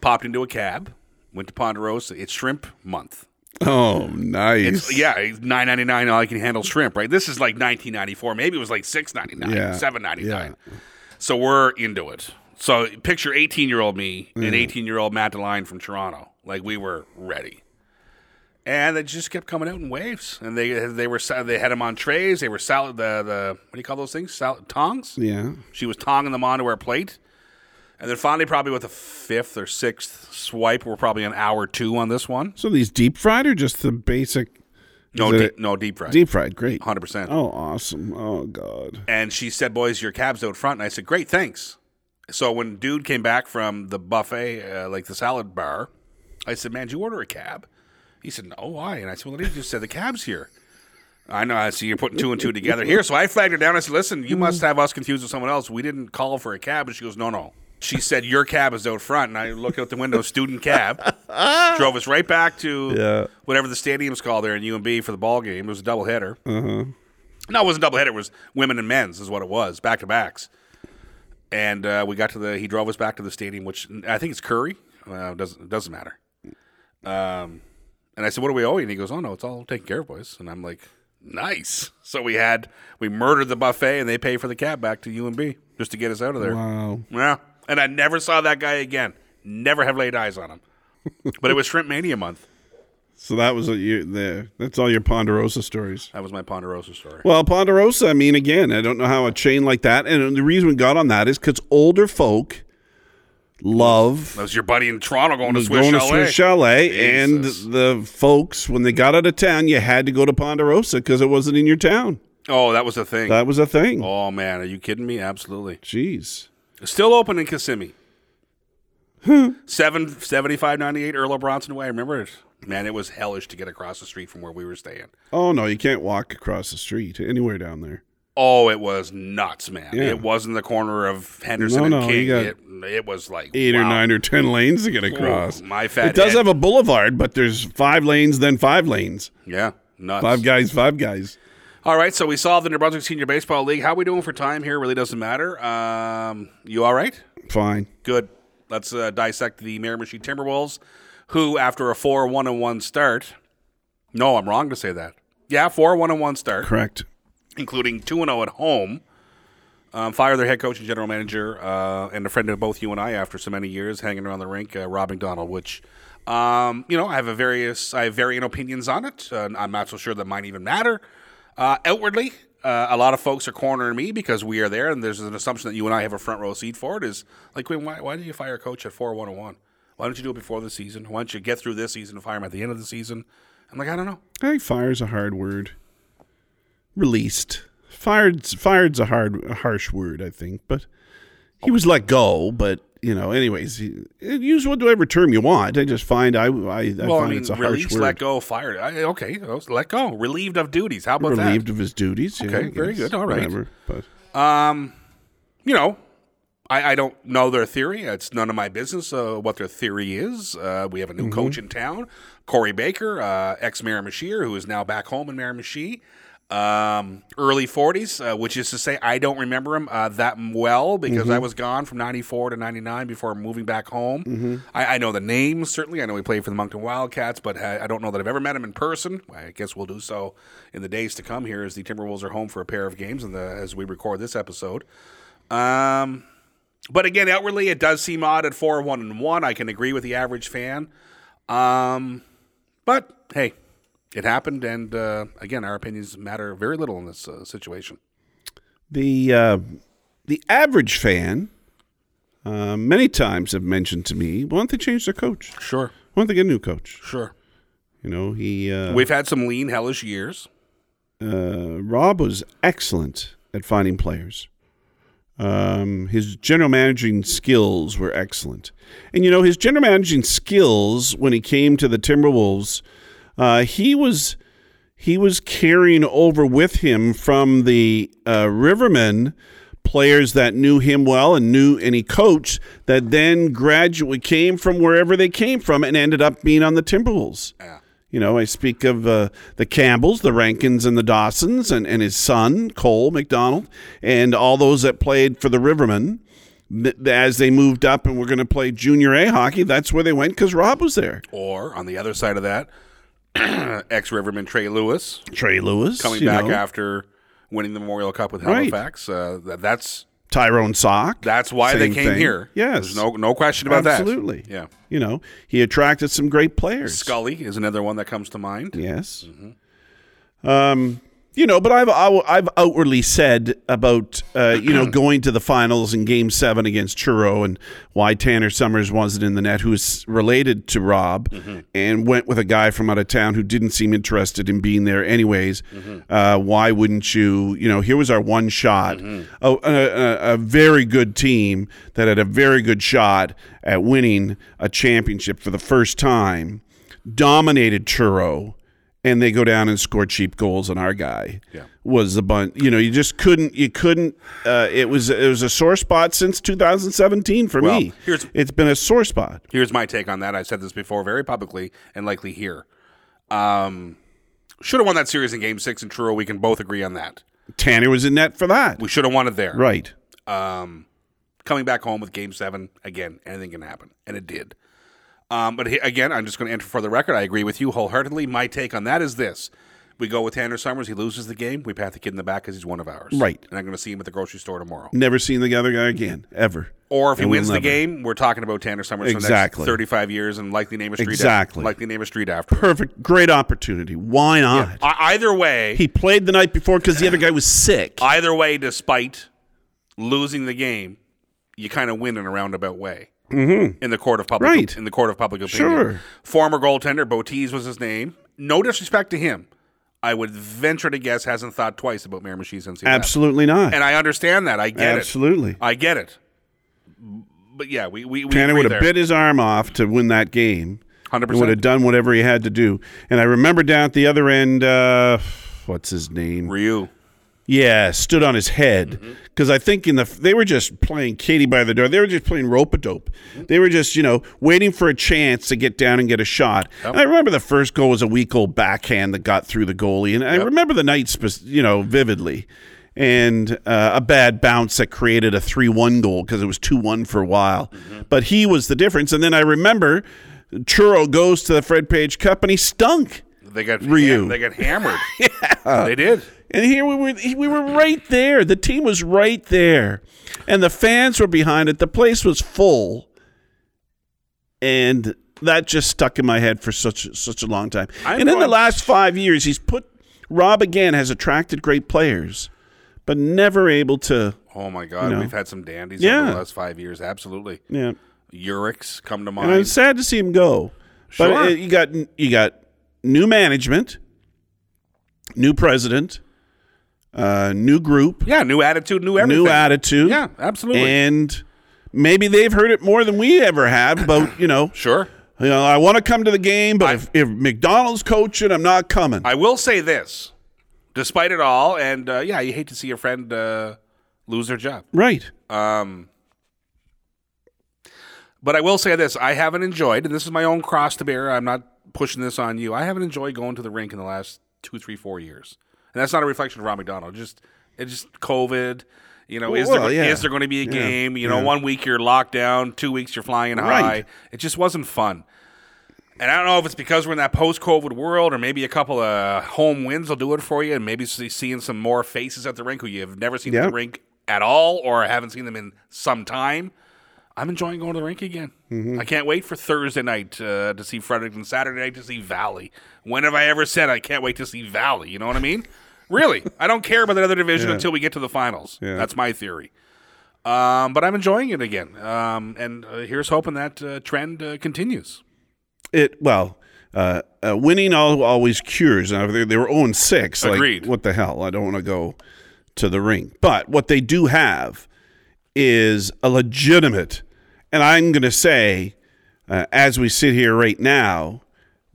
S1: popped into a cab, went to Ponderosa. It's shrimp month.
S2: oh, nice.
S1: Yeah, nine ninety nine. All I can handle shrimp, right? This is like nineteen ninety four. Maybe it was like six ninety nine,
S2: Yeah,
S1: seven ninety nine. So we're into it. So picture eighteen year old me and eighteen year old Matt DeLine from Toronto. Like we were ready, and it just kept coming out in waves. And they they were sa- they had them on trays. They were salad the the what do you call those things? Salad tongs.
S2: Yeah.
S1: She was tonging them onto her plate. And then finally, probably with the fifth or sixth swipe, we're probably an hour two on this one.
S2: So these deep fried or just the basic?
S1: No,
S2: Is
S1: deep,
S2: it-
S1: no deep fry,
S2: Deep fried, great.
S1: hundred percent.
S2: Oh, awesome. Oh, God.
S1: And she said, "Boys, your cab's out front." And I said, "Great, thanks." So when dude came back from the buffet, uh, like the salad bar, I said, "Man, did you order a cab?" He said, "No, why?" And I said, "Well, they just said the cab's here." I know. I see you're putting two and two together here. So I flagged her down. I said, "Listen, you must have us confused with someone else. We didn't call for a cab." And she goes, "No, no." She said, "Your cab is out front." And I look out the window, student cab drove us right back to
S2: Yeah.
S1: whatever the stadium's called there in UMB for the ball game. It was a doubleheader. No, it wasn't double header. It was women and men's is what it was, back to backs. And uh, we got to the. He drove us back to the stadium, which I think it's Curry. Uh, doesn't it doesn't matter. Um, and I said, "What are we owing?" And he goes, "Oh no, it's all taken care of, boys." And I'm like, "Nice." So we had we murdered the buffet, and they pay for the cab back to UMB just to get us out of there.
S2: Wow.
S1: Yeah. And I never saw that guy again. Never have laid eyes on him. but it was Shrimp Mania month.
S2: So that was a, you, there. That's all your Ponderosa stories.
S1: That was my Ponderosa story.
S2: Well, Ponderosa, I mean, again, I don't know how a chain like that. And the reason we got on that is because older folk love
S1: That was your buddy in Toronto going to
S2: was
S1: Swiss
S2: going to
S1: Chalet.
S2: Swiss Chalet, and
S1: Jesus.
S2: the folks when they got out of town, you had to go to Ponderosa because it wasn't in your town.
S1: Oh, that was a thing.
S2: That was a thing.
S1: Oh man, are you kidding me? Absolutely.
S2: Jeez,
S1: Still open in Kissimmee. Seven seventy five ninety eight Earl Bronson Way. I remember it. man, it was hellish to get across the street from where we were staying.
S2: Oh no, you can't walk across the street anywhere down there.
S1: Oh, it was nuts, man.
S2: Yeah.
S1: It wasn't the corner of Henderson
S2: No,
S1: and
S2: no,
S1: King.
S2: you
S1: it, it was like
S2: Eight or
S1: wow.
S2: nine or ten lanes to get
S1: Ooh,
S2: across.
S1: my fat
S2: It does
S1: head.
S2: have a boulevard, but there's five lanes, then five lanes.
S1: yeah, nuts.
S2: Five guys, five guys.
S1: All right, so we solved the New Brunswick Senior Baseball League. How we doing for time here? Really doesn't matter. Um, you all right?
S2: Fine.
S1: Good. Let's uh, dissect the Miramichi Timberwolves, who after a four one and one start. No, I'm wrong to say that. Yeah, four one and one start,
S2: Correct.
S1: including two and zero at home. Um, fire their head coach and general manager, uh, and a friend of both you and I after so many years hanging around the rink, uh, Rob McDonald. Which, um, you know, I have a various, I have varying opinions on it. Uh, I'm not so sure that mine even matter uh, outwardly. Uh, a lot of folks are cornering me because we are there, and there's an assumption that you and I have a front row seat for it. Is like, Quinn, why, why did you fire a coach at four one oh one? Why don't you do it before the season? Why don't you get through this season and fire him at the end of the season? I'm like, I don't know.
S2: I think fire's a hard word. Released. Fired's fired's a hard a harsh word, I think, but he was let go, but you know, anyways, he, use whatever term you want. I just find I I, I
S1: Well,
S2: find
S1: I mean,
S2: it's a harsh
S1: released,
S2: word.
S1: let go, fired. I, okay, let go, relieved of duties. How about that?
S2: Relieved of his duties. yeah,
S1: Okay,
S2: I
S1: very
S2: guess,
S1: good, all right.
S2: Whatever, but
S1: you know, I, I don't know their theory. It's none of my business uh, what their theory is. Uh, we have a new coach in town, Corey Baker, uh, ex Miramichi, who is now back home in Miramichi. Um, early 40s, uh, which is to say, I don't remember him uh, that m- well because I was gone from 94 to 99 before moving back home. I, I know the name, certainly. I know he played for the Moncton Wildcats, but I, I don't know that I've ever met him in person. I guess we'll do so in the days to come here as the Timberwolves are home for a pair of games and the, as we record this episode. Um, but again, outwardly, it does seem odd at four, one, and one. I can agree with the average fan. Um, but hey, it happened, and uh, again, our opinions matter very little in this uh, situation.
S2: the uh, the average fan uh, many times have mentioned to me, why don't they change their coach?
S1: Sure,
S2: Why don't they get a new coach?
S1: sure.
S2: You know, he uh,
S1: We've had some lean, hellish years.
S2: uh, Rob was excellent at finding players. Um, his general managing skills were excellent, and you know his general managing skills when he came to the Timberwolves, uh, he was he was carrying over with him from the uh, Rivermen players that knew him well and knew any coach that then gradually came from wherever they came from and ended up being on the Timberwolves.
S1: Yeah.
S2: You know, I speak of uh, the Campbells, the Rankins, and the Dawsons, and, and his son, Cole McDonald, and all those that played for the Rivermen. Th- As they moved up and were going to play junior A hockey, that's where they went because Rob was there.
S1: Or on the other side of that, ex Riverman Trey Lewis
S2: Trey Lewis,
S1: coming
S2: you
S1: back
S2: know,
S1: after winning the Memorial Cup with
S2: Right.
S1: Halifax. Uh, that, that's
S2: Tyrone Sock.
S1: that's why they
S2: Same
S1: came
S2: thing.
S1: here.
S2: Yes.
S1: There's no no question about
S2: absolutely.
S1: that. Yeah.
S2: You know, he attracted some great players.
S1: Scully is another one that comes to mind.
S2: Yes. Um, you know, but I've I've I've outwardly said about uh, you know going to the finals in Game Seven against Churro and why Tanner Summers wasn't in the net, who's related to Rob, and went with a guy from out of town who didn't seem interested in being there anyways. Uh, why wouldn't you? You know, here was our one shot, a, a, a- a very good team that had a very good shot at winning a championship for the first time dominated Churro and they go down and score cheap goals on our guy.
S1: Yeah.
S2: Was the bunch, you know, you just couldn't, you couldn't, uh, it was, it was a sore spot since 2017 for
S1: Well,
S2: me.
S1: here's-
S2: it's been a sore spot.
S1: Here's my take on that. I've said this before very publicly and likely here. Um, should have won that series in game six in Truro. We can both agree on that.
S2: Tanner was in net for that.
S1: We should have won it there.
S2: Right.
S1: Um, coming back home with game seven, again, anything can happen. And it did. Um, but he, again, I'm just going to enter for the record. I agree with you wholeheartedly. My take on that is this. We go with Tanner Summers. He loses the game. We pat the kid in the back because he's one of ours.
S2: Right.
S1: And I'm going to see him at the grocery store tomorrow.
S2: Never seen the other guy again, ever.
S1: Or if he
S2: And we'll
S1: wins the
S2: never-
S1: game, we're talking about Tanner Summers for
S2: Exactly.
S1: the next 35 years and likely name a street
S2: Exactly.
S1: likely name a street after. him.
S2: Perfect. Great opportunity. Why not?
S1: I- either way,
S2: He played the night before because the other guy was sick.
S1: either way, despite losing the game, you kind of win in a roundabout way mm-hmm. in the court of public
S2: Right.
S1: in the court of public opinion.
S2: Sure.
S1: Former goaltender Botese was his name. No disrespect to him, I would venture to guess hasn't thought twice about Miramichi since he left.
S2: Absolutely not.
S1: And I understand that. I get
S2: Absolutely.
S1: it. I get it. But yeah, we we, we
S2: Tanner
S1: agree
S2: would
S1: there.
S2: have bit his arm off to win that game.
S1: Hundred
S2: and would have
S1: percent.
S2: done whatever he had to do. And I remember down at the other end, uh, what's his name?
S1: Ryu.
S2: Yeah, stood on his head because I think in the they were just playing Katie by the door. They were just playing rope a dope. They were just you know waiting for a chance to get down and get a shot. And I remember the first goal was a weak old backhand that got through the goalie, and I remember the night spec- you know vividly. And uh, a bad bounce that created a three-one goal because it was two-one for a while, but he was the difference. And then I remember Churro goes to the Fred Page Cup and he stunk.
S1: They got
S2: Ryu.
S1: ham- they got hammered. yeah. They did.
S2: And here we were, we were right there. The team was right there, and the fans were behind it. The place was full, and that just stuck in my head for such such a long time.
S1: I'm
S2: and in the
S1: going-
S2: last five years, he's put Rob again has attracted great players, but never able to.
S1: Oh my God,
S2: know.
S1: we've had some dandies over
S2: Yeah.
S1: the last five years. Absolutely,
S2: Yeah,
S1: Urichs come to
S2: and I'm
S1: mind.
S2: sad to see him go.
S1: Sure.
S2: But uh, you got you got new management, new president, uh, new group,
S1: Yeah, new attitude, new everything.
S2: new attitude.
S1: Yeah, absolutely.
S2: and maybe they've heard it more than we ever have about you know
S1: sure.
S2: you know i want to come to the game but if, if mcdonald's coaching i'm not coming
S1: I will say this, despite it all, and uh, yeah, you hate to see your friend uh, lose their job.
S2: right
S1: Um, but I will say this: I haven't enjoyed, and this is my own cross to bear. I'm not pushing this on you. I haven't enjoyed going to the rink in the last two, three, four years, and that's not a reflection of Ron McDonald. Just it's just COVID. You know, is,
S2: Well,
S1: there,
S2: yeah.
S1: is there going to be a game? You know, one week you're locked down, two weeks you're flying high.
S2: Right.
S1: It just wasn't fun. And I don't know if it's because we're in that post-COVID world, or maybe a couple of home wins will do it for you, and maybe see- seeing some more faces at the rink who you've never seen at
S2: Yep.
S1: the rink at all, or haven't seen them in some time. I'm enjoying going to the rink again. I can't wait for Thursday night uh, to see Fredericton, Saturday night to see Valley. When have I ever said I can't wait to see Valley? You know what I mean? really, I don't care about that other division until we get to the finals. That's my theory. Um, but I'm enjoying it again, um, and uh, here's hoping that uh, trend uh, continues.
S2: it well uh, uh, winning al always cures. Now they, they were 0 6. Like,
S1: Agreed.
S2: What the hell? I don't want to go to the rink. But what they do have is a legitimate, and I'm going to say, uh, as we sit here right now,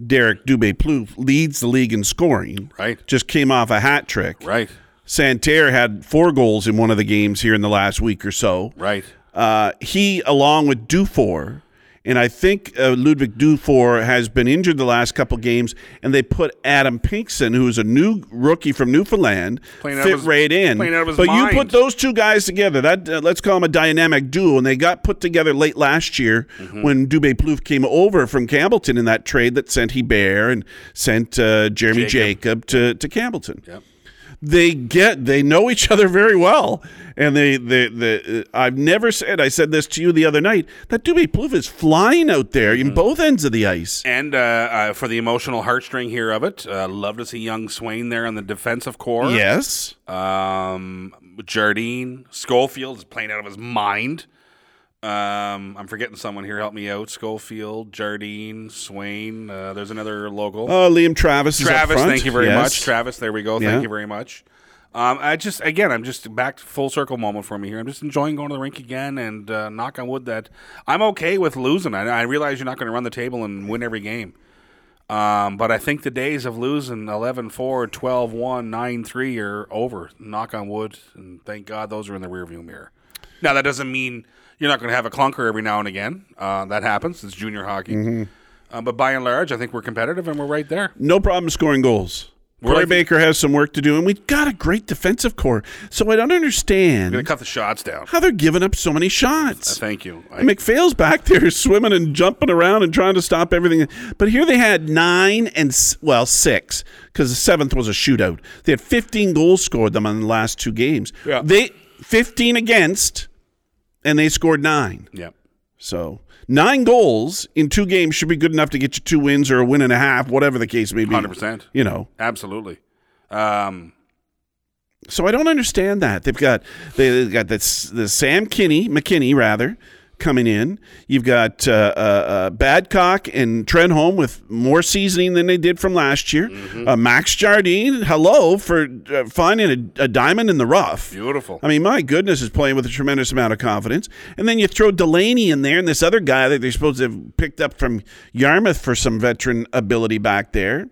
S2: Derek Dubé Plouffe leads the league in scoring.
S1: Right.
S2: Just came off a hat trick.
S1: Right,
S2: Santerre had four goals in one of the games here in the last week or so.
S1: right.
S2: Uh, he, along with Dufour, and I think uh, Ludwig Dufour has been injured the last couple games, and they put Adam Pinkson, who's a new rookie from Newfoundland,
S1: Playing out
S2: fit
S1: of his-
S2: right in.
S1: playing out of his
S2: but
S1: mind.
S2: you put those two guys together. That uh, let's call them a dynamic duo, and they got put together late last year
S1: Mm-hmm.
S2: when Dubé Plouffe came over from Campbellton in that trade that sent Hebert and sent uh, Jeremy Jacob, to to Campbellton they get they know each other very well and they they, they uh, i've never said i said this to you the other night that Dubé Plouffe is flying out there
S1: Mm-hmm.
S2: in both ends of the ice
S1: And uh, uh, for the emotional heartstring here of it, uh, love to see young Swain there on the defensive core.
S2: yes
S1: Um, Jardine Schofield is playing out of his mind. Um, I'm forgetting someone here. Help me out. Schofield, Jardine, Swain. Uh, there's another local.
S2: uh, liam travis is up
S1: Travis,
S2: front.
S1: thank you very
S2: Yes.
S1: much. Travis, there we go. Thank
S2: Yeah.
S1: you very much. Um, I just again, I'm just back to full circle moment for me here. I'm just enjoying going to the rink again, and uh, knock on wood that I'm okay with losing. I, I realize you're not going to run the table and win every game, um, but I think the days of losing 11-4, 12-1, 9-3 are over. Knock on wood, and thank God those are in the rearview mirror. Now that doesn't mean you're not going to have a clunker every now and again. Uh, that happens. It's junior hockey.
S2: Mm-hmm.
S1: Uh, but by and large, I think we're competitive and we're right there.
S2: no problem scoring goals Corey
S1: like-
S2: Baker has some work to do, and we've got a great defensive core. So I don't
S1: Gonna
S2: understand
S1: cut the shots down.
S2: how they're giving up so many shots.
S1: Thank you. I,
S2: And McPhail's back there swimming and jumping around and trying to stop everything. But here they had nine and, s- well, six, because the seventh was a shootout. They had 15 goals scored them on the last two games.
S1: Yeah.
S2: They 15 against, and they scored nine.
S1: yeah.
S2: So nine goals in two games should be good enough to get you two wins or a win and a half, whatever the case may be.
S1: 100%.
S2: You know.
S1: Absolutely. Um,
S2: So I don't understand that they've got they- they've got this the Sam Kinney McKinney rather coming in. You've got uh, uh, uh, Badcock and Trenholm with more seasoning than they did from last year. Uh, Max Jardine, hello for uh, finding a, a diamond in the rough.
S1: Beautiful.
S2: I mean, my goodness, is playing with a tremendous amount of confidence. And then you throw Delaney in there and this other guy that they're supposed to have picked up from Yarmouth for some veteran ability back there.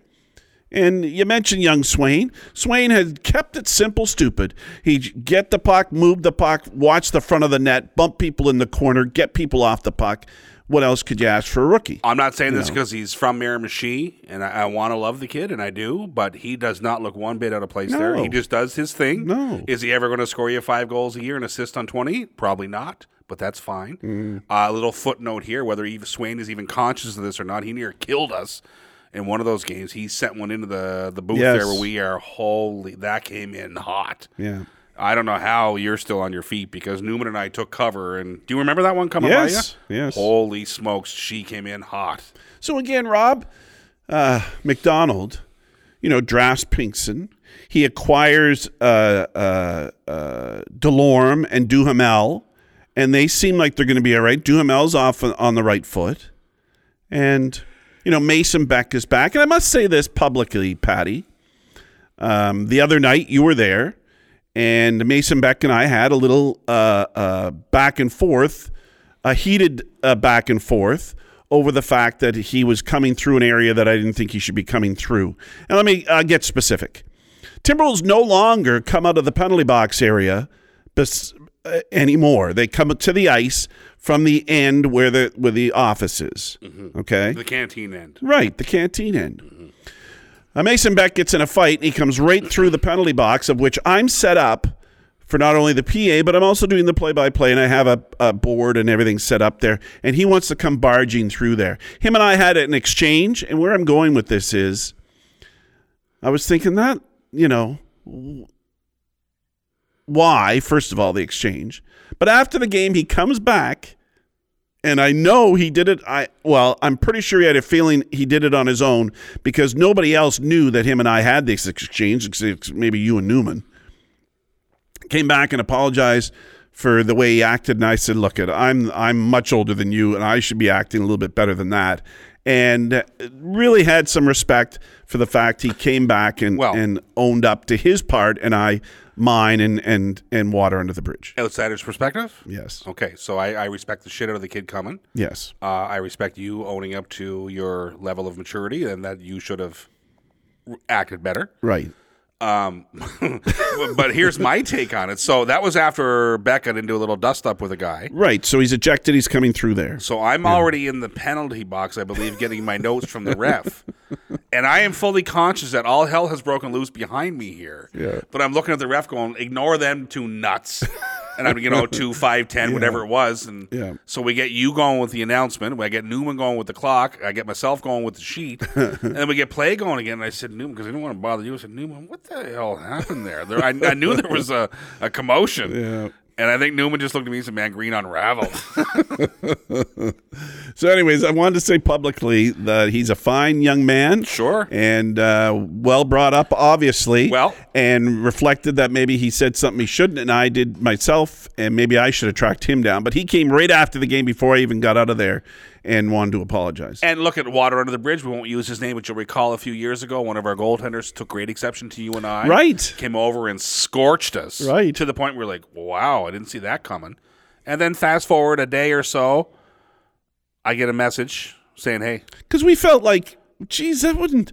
S2: And you mentioned young Swain. Swain had kept it simple, stupid. He get the puck, move the puck, watch the front of the net, bump people in the corner, get people off the puck. What else could you ask for a rookie?
S1: I'm not saying this because he's from Miramichi, and I, I want to love the kid, and I do, but he does not look one bit out of place there.
S2: No.
S1: He just does his thing.
S2: No.
S1: Is he ever going to score you five goals a year and assist on 20? Probably not, but that's fine.
S2: Mm.
S1: Uh, a little footnote here whether Eve Swain is even conscious of this or not, he near killed us in one of those games. He sent one into the, the booth
S2: Yes.
S1: there where we are, holy, that came in hot.
S2: Yeah.
S1: I don't know how you're still on your feet because Newman and I took cover. And do you remember that one coming
S2: Yes,
S1: by you?
S2: yes.
S1: Holy smokes, she came in hot.
S2: So again, Rob, uh, McDonald, you know, drafts Pinkson. He acquires uh, uh, uh, Delorme and Duhamel, and they seem like they're going to be all right. Duhamel's off on- on the right foot, and you know Mason Beck is back. And I must say this publicly, Patty. Um, the other night you were there, and Mason Beck and I had a little uh, uh, back and forth, a heated uh, back and forth over the fact that he was coming through an area that I didn't think he should be coming through. And let me uh, get specific. Timberwolves no longer come out of the penalty box area bes- uh, anymore. They come to the ice from the end where the where the office is. Okay,
S1: The canteen end.
S2: Right, the canteen end. Uh, Mason Beck gets in a fight and he comes right through the penalty box, of which I'm set up for not only the PA, but I'm also doing the play by play and I have a, a board and everything set up there. And he wants to come barging through there. Him and I had an exchange, and where I'm going with this is I was thinking that, you know, why, first of all, the exchange. But after the game, he comes back and I know he did it. I well, I'm pretty sure he had a feeling he did it on his own because nobody else knew that him and I had this exchange, except maybe you and Newman. Came back and apologized for the way he acted, and I said, "Look, it, I'm I'm much older than you, and I should be acting a little bit better than that." And uh, really had some respect for the fact he came back and
S1: Well-
S2: and owned up to his part, and I mine, and and and water under the bridge.
S1: Outsider's perspective?
S2: Yes,
S1: Okay, so I, I respect the shit out of the kid coming.
S2: yes,
S1: Uh, I respect you owning up to your level of maturity and that you should have acted better.
S2: right.
S1: Um, but here's my take on it. So that was after Beck got into a little dust up with a guy.
S2: Right, so he's ejected. He's coming through there.
S1: So I'm already in the penalty box, I believe, getting my notes from the ref. and I am fully conscious that all hell has broken loose behind me here.
S2: Yeah.
S1: But I'm looking at the ref going, ignore them two nuts. and I'm, you know, two, five, ten, whatever it was. And
S2: Yeah.
S1: so we get you going with the announcement. I get Newman going with the clock. I get myself going with the sheet. and then we get play going again. And I said, Newman, because I didn't want to bother you. I said, Newman, what the hell happened there? there I, I knew there was a, a commotion.
S2: Yeah.
S1: And I think Newman just looked at me and said, man, green unraveled.
S2: So, anyways, I wanted to say publicly that he's a fine young man.
S1: Sure.
S2: And uh, well brought up, obviously.
S1: Well-
S2: And reflected that maybe he said something he shouldn't, and I did myself, and maybe I should have tracked him down. But he came right after the game before I even got out of there and wanted to apologize.
S1: And look at Water Under the Bridge. We won't use his name, but you'll recall a few years ago, one of our goaltenders took great exception to you and I.
S2: Right.
S1: Came over and scorched us.
S2: Right.
S1: To the point where, like, wow, I didn't see that coming. And then fast forward a day or so, I get a message saying, hey,
S2: Because we felt like, geez, that wouldn't.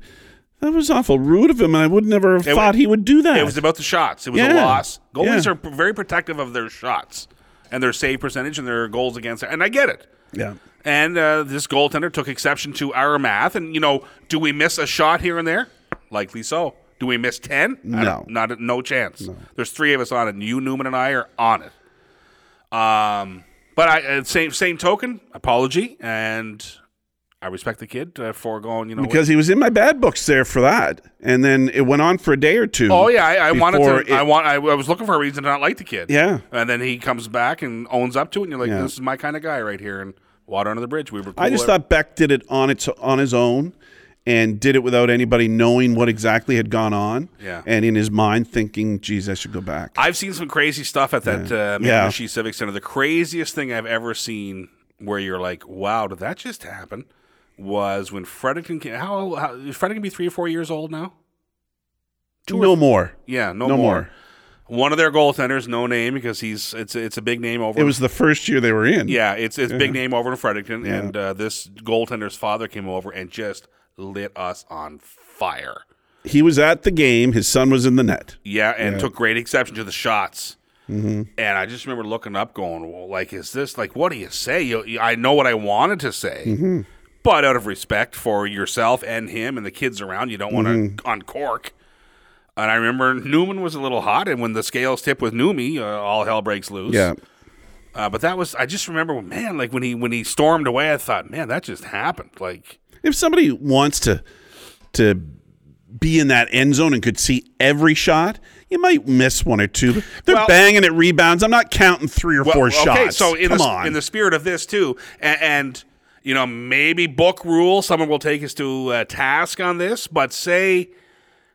S2: That was awful rude of him, and I would never have
S1: It wa-
S2: thought he would do that.
S1: it was about the shots. It was a
S2: Yeah.
S1: loss. Goalies
S2: Yeah.
S1: are p- very protective of their shots and their save percentage and their goals against. And I get it.
S2: yeah.
S1: And uh, this goaltender took exception to our math. And, you know, do we miss a shot here and there? Likely so. Do we miss 10?
S2: No.
S1: Not, no chance. There's three of us on it. and You, Newman, and I are on it. Um, but I, uh, same, same token, apology. And I respect the kid uh, for going, you know.
S2: Because he was in my bad books there for that, and then it went on for a day or two.
S1: Oh yeah, I, I wanted to.
S2: before it-
S1: I want. I, I was looking for a reason to not like the kid.
S2: Yeah.
S1: and then he comes back and owns up to it, and you're like,
S2: Yeah.
S1: "This is my kind of guy right here." And water under the bridge. We were.
S2: I just
S1: cool.
S2: thought Beck did it on its on his own, and did it without anybody knowing what exactly had gone on.
S1: Yeah.
S2: And in his mind thinking, geez, I should go back.
S1: I've seen some crazy stuff at that uh,
S2: Yeah.
S1: Mitsubishi Civic Center. The craziest thing I've ever seen, where you're like, "Wow, did that just happen?" Was when Fredericton came. How, old- how Fredericton be three or four years old now?
S2: no more.
S1: Yeah, no,
S2: No
S1: more.
S2: more.
S1: One of their goaltenders, no name, because he's it's it's a big name over.
S2: It was the first year they were in.
S1: yeah, it's it's big name over in Fredericton,
S2: Yeah.
S1: and uh, this goaltender's father came over and just lit us on fire.
S2: He was at the game. His son was in the net.
S1: Yeah, and took great exception to the shots. And I just remember looking up, going, well, "Like, is this like what do you say? You, you- I know what I wanted to say, but out of respect for yourself and him and the kids around, you don't want to uncork." And I remember Newman was a little hot, and when the scales tip with Numi, uh, all hell breaks loose.
S2: Yeah.
S1: Uh, but that was I just remember, man, like when he when he stormed away, I thought, man, that just happened. Like,
S2: If somebody wants to to be in that end zone and could see every shot, you might miss one or two. but They're
S1: Well-
S2: banging at rebounds. I'm not counting three or
S1: Well,
S2: four
S1: Okay,
S2: shots.
S1: so in
S2: Come
S1: the,
S2: on.
S1: in the spirit of this too, and, and you know maybe book rule, someone will take us to uh, task on this, but say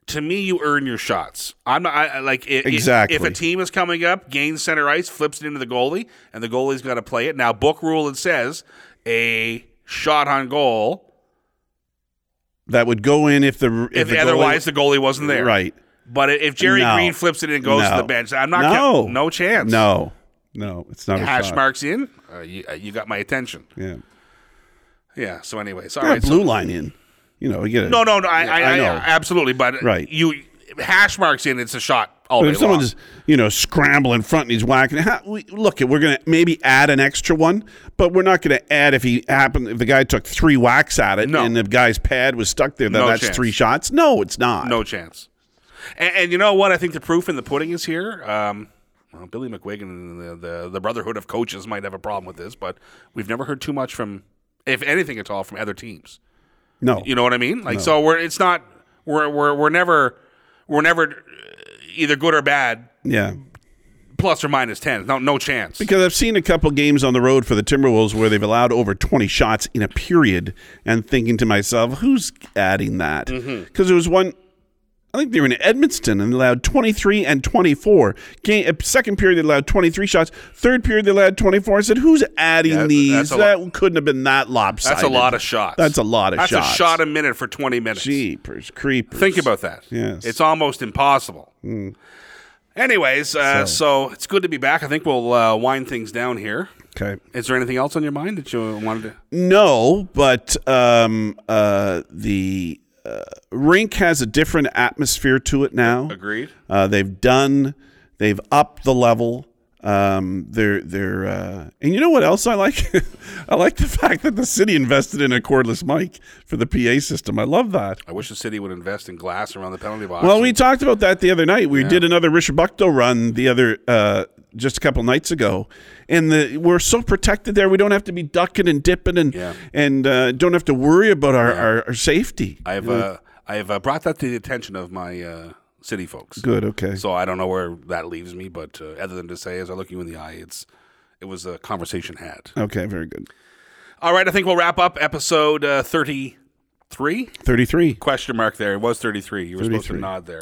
S1: to me, you earn your shots. I'm not I, I- like i- i-
S2: Exactly.
S1: If a team is coming up, gains center ice, flips it into the goalie, and the goalie's got to play it. Now book rule it says a shot on goal
S2: that would go in if the
S1: if,
S2: the goalie-
S1: otherwise the goalie wasn't there.
S2: right.
S1: But i- if Jerry
S2: No.
S1: Green flips it and goes to
S2: No.
S1: the bench, I'm not
S2: No.
S1: count- no chance.
S2: No, no, it's not a
S1: hash
S2: shot.
S1: marks in. Uh, you, uh, you got my attention.
S2: Yeah,
S1: Yeah. So, anyways, all
S2: Got a
S1: right. so-
S2: blue line in. You know, you get a,
S1: no, no, no. I, I,
S2: I
S1: I,
S2: know.
S1: absolutely. But
S2: Right.
S1: you hash marks in. It's a shot. All
S2: But
S1: day
S2: if someone
S1: long.
S2: just you know scramble in front and he's whacking, it, how, we, look, we're gonna maybe add an extra one, but we're not gonna add if he happened if the guy took three whacks at it
S1: No.
S2: and the guy's pad was stuck there. Then
S1: No
S2: that's
S1: chance.
S2: three shots. No, it's not.
S1: no chance. And, and you know what? I think the proof in the pudding is here. Um, well, Billy McWiggin and the, the the Brotherhood of Coaches might have a problem with this, but we've never heard too much from, if anything at all, from other teams.
S2: no.
S1: You know what I mean? Like so we're it's not we're we're we're never we're never uh, either good or bad,
S2: yeah,
S1: plus or minus ten. No no chance.
S2: because I've seen a couple games on the road for the Timberwolves where they've allowed over twenty shots in a period, and thinking to myself, who's adding that? Because
S1: Mm-hmm.
S2: there was one. I think they were in Edmonton and allowed 23 and 24. Game, uh, second period, they allowed 23 shots. Third period, they allowed 24. I said, who's adding
S1: that's-
S2: these?
S1: that's a
S2: that couldn't have been that lopsided.
S1: That's a lot of shots.
S2: That's a lot of
S1: That's
S2: shots.
S1: a shot a minute for twenty minutes.
S2: Jeepers, creepers.
S1: Think about that.
S2: Yes. Hmm.
S1: It's almost impossible. Anyways, uh, so. it's good to be back. I think we'll uh, wind things down here.
S2: Okay.
S1: Is there anything else on your mind that you wanted to?
S2: No, but um, uh, the uh, rink has a different atmosphere to it now.
S1: Agreed.
S2: Uh, they've done. They've upped the level. Um, they're they're uh, and you know what else I like? I like the fact that the city invested in a cordless mic for the PA system. I love that.
S1: I wish the city would invest in glass around the penalty box.
S2: Well, we talked about that the other night. We did another Richard Buckdo run the other uh, just a couple nights ago, and the, we're so protected there. We don't have to be ducking and dipping and
S1: Yeah.
S2: and uh, don't have to worry about our, our, our safety.
S1: I've uh, I've uh, brought that to the attention of my uh, city folks.
S2: Good. Okay.
S1: So I don't know where that leaves me, but uh, other than to say, as I look you in the eye, it's it was a conversation had.
S2: Okay. Very good.
S1: All right, I think we'll wrap up episode uh, thirty-three.
S2: Thirty three.
S1: question mark there. It was 33. You were supposed to
S2: 33.
S1: nod there.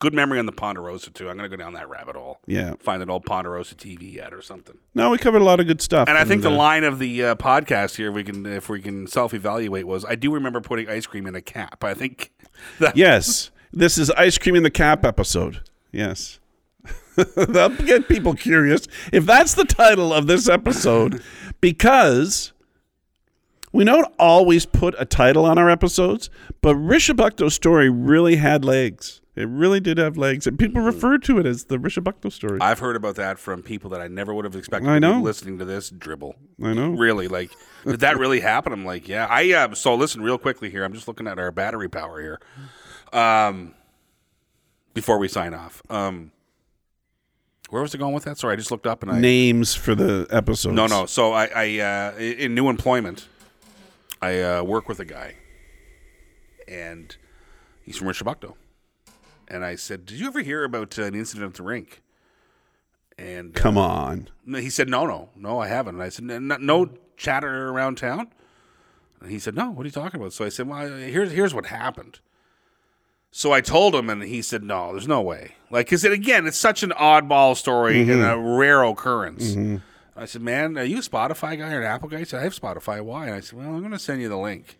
S1: Good memory on the Ponderosa, too. I'm going to go down that rabbit hole.
S2: Yeah.
S1: Find an old Ponderosa TV ad or something.
S2: No, we covered a lot of good stuff.
S1: And I think the
S2: uh,
S1: line of the uh, podcast here, we can if we can self evaluate, was I do remember putting ice cream in a cap. I think that
S2: yes, this is ice cream in the cap episode. Yes. That'll get people curious if that's the title of this episode because we don't always put a title on our episodes, but Rishabakto's story really had legs. It really did have legs, and people refer to it as the Rishabakto story. I,
S1: I've heard about that from people that I never would have expected.
S2: I
S1: to be
S2: know.
S1: listening to this dribble.
S2: know.
S1: Really, like did that really happen? I'm like, yeah. I uh, so listen real quickly here. I'm just looking at our battery power here. Um, before we sign off, um, where was it going with that? Sorry, I just looked up and I
S2: Names for the episodes.
S1: no no. So I I uh, i- in new employment, I uh, work with a guy, and he's from Rishabakto, and I said, did you ever hear about uh, an incident at the rink? And
S2: Come on.
S1: no, He said, "No, no, no, I haven't." And I said, "N- "No, no chatter around town." And he said, No, what are you talking about? So I said, Well, here's, here's what happened. So I told him, and he said, No, there's no way. Like, because it, again, it's such an oddball story and a rare occurrence. I said, Man, are you a Spotify guy or an Apple guy? He said, I have Spotify. Why? And I said, Well, I'm going to send you the link.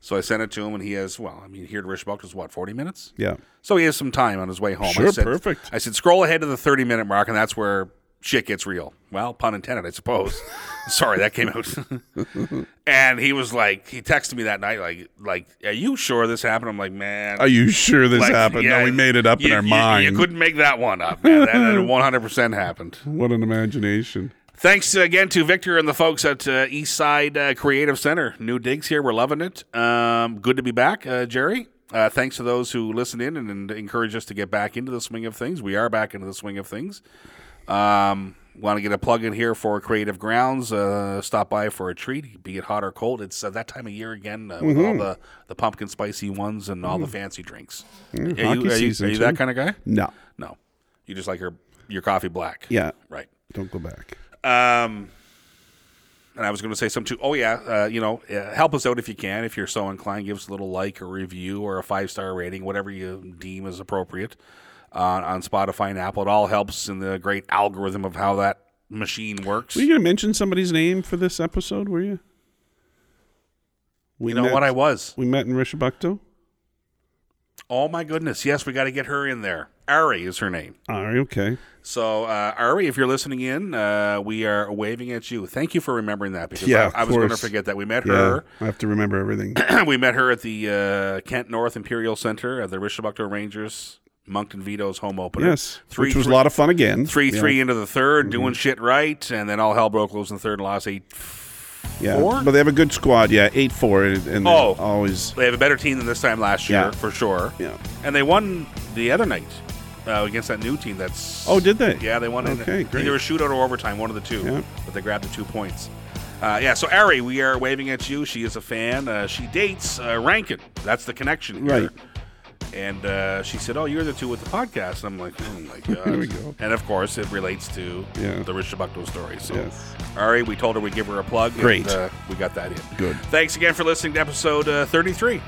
S1: So I sent it to him, and he has, well, I mean, here to Richbuck is what, 40 minutes?
S2: Yeah.
S1: So he has some time on his way home. I
S2: Sure,
S1: said,
S2: perfect.
S1: I said, scroll ahead to the 30 minute mark, and that's where shit gets real. Well, pun intended, I suppose. Sorry, that came out. and he was like, he texted me that night, like, like, are you sure this happened? I'm like, man.
S2: Are you sure this
S1: like,
S2: happened?
S1: yeah,
S2: no, we made it up in
S1: you-
S2: our
S1: you-
S2: mind.
S1: You couldn't make that one up, man. That, that 100% happened.
S2: what an imagination.
S1: Thanks again to Victor and the folks at uh, Eastside uh, Creative Center. New digs here. We're loving it. Um, good to be back, uh, Jerry. Uh, thanks to those who listen in and, and encourage us to get back into the swing of things. We are back into the swing of things. Um, Want to get a plug in here for Creative Grounds. Uh, stop by for a treat, be it hot or cold. It's uh, that time of year again uh, with all
S2: Mm-hmm.
S1: the, the pumpkin spicy ones and all the fancy drinks. Are you-
S2: hockey
S1: are, you,
S2: season
S1: are you that
S2: too.
S1: kind of guy?
S2: No.
S1: No. You just like your, your coffee black.
S2: Yeah.
S1: Right.
S2: Don't go back.
S1: Um, and I was going to say something too. Oh yeah, uh, you know, uh, help us out if you can, if you're so inclined. Give us a little like or review or a five star rating, whatever you deem is appropriate on on Spotify and Apple. It all helps in the great algorithm of how that machine works.
S2: Were you going to mention somebody's name for this episode? Were you? We
S1: you know what I was?
S2: We met in Rishabakto.
S1: Oh my goodness! Yes, we got to get her in there. Ari is her name.
S2: All right. Ah, Okay.
S1: So uh, Ari, if you're listening in, uh, we are waving at you. Thank you for remembering that because
S2: Yeah,
S1: I, I
S2: of
S1: was going to
S2: course.
S1: forget that we met
S2: Yeah.
S1: her.
S2: I have to remember everything.
S1: we met her at the uh, Kent North Imperial Center at the Rishabakto Rangers Moncton Vito's home opener.
S2: yes.
S1: three,
S2: which was
S1: three-
S2: a lot of fun again.
S1: three,
S2: yeah. Mm-hmm.
S1: three into the 3rd doing shit right, and then all hell broke loose in the third and lost eight.
S2: Yeah.
S1: four?
S2: But they have a good squad. Yeah. Eight four and, and
S1: Oh.
S2: they're always.
S1: They have a better team than this time last year
S2: Yeah.
S1: for sure,
S2: Yeah.
S1: and they won the other night uh, against that new team. That's
S2: Oh, did they?
S1: Yeah, they won in
S2: Okay, great.
S1: either a shootout or overtime, one of the two.
S2: Yeah.
S1: But they grabbed the two points. Uh, yeah, so Ari, we are waving at you. She is a fan. Uh, she dates uh, Rankin. That's the connection here.
S2: Right.
S1: And uh, she said, "Oh, you're the two with the podcast." And I'm like, "Oh my god!"
S2: There we go.
S1: And of course, it relates to
S2: Yeah.
S1: the Rich Shabakto story. So,
S2: Yes.
S1: Ari, we told her we would give her a plug.
S2: Great.
S1: and, uh, we got that in.
S2: Good.
S1: Thanks again for listening to episode uh, 33.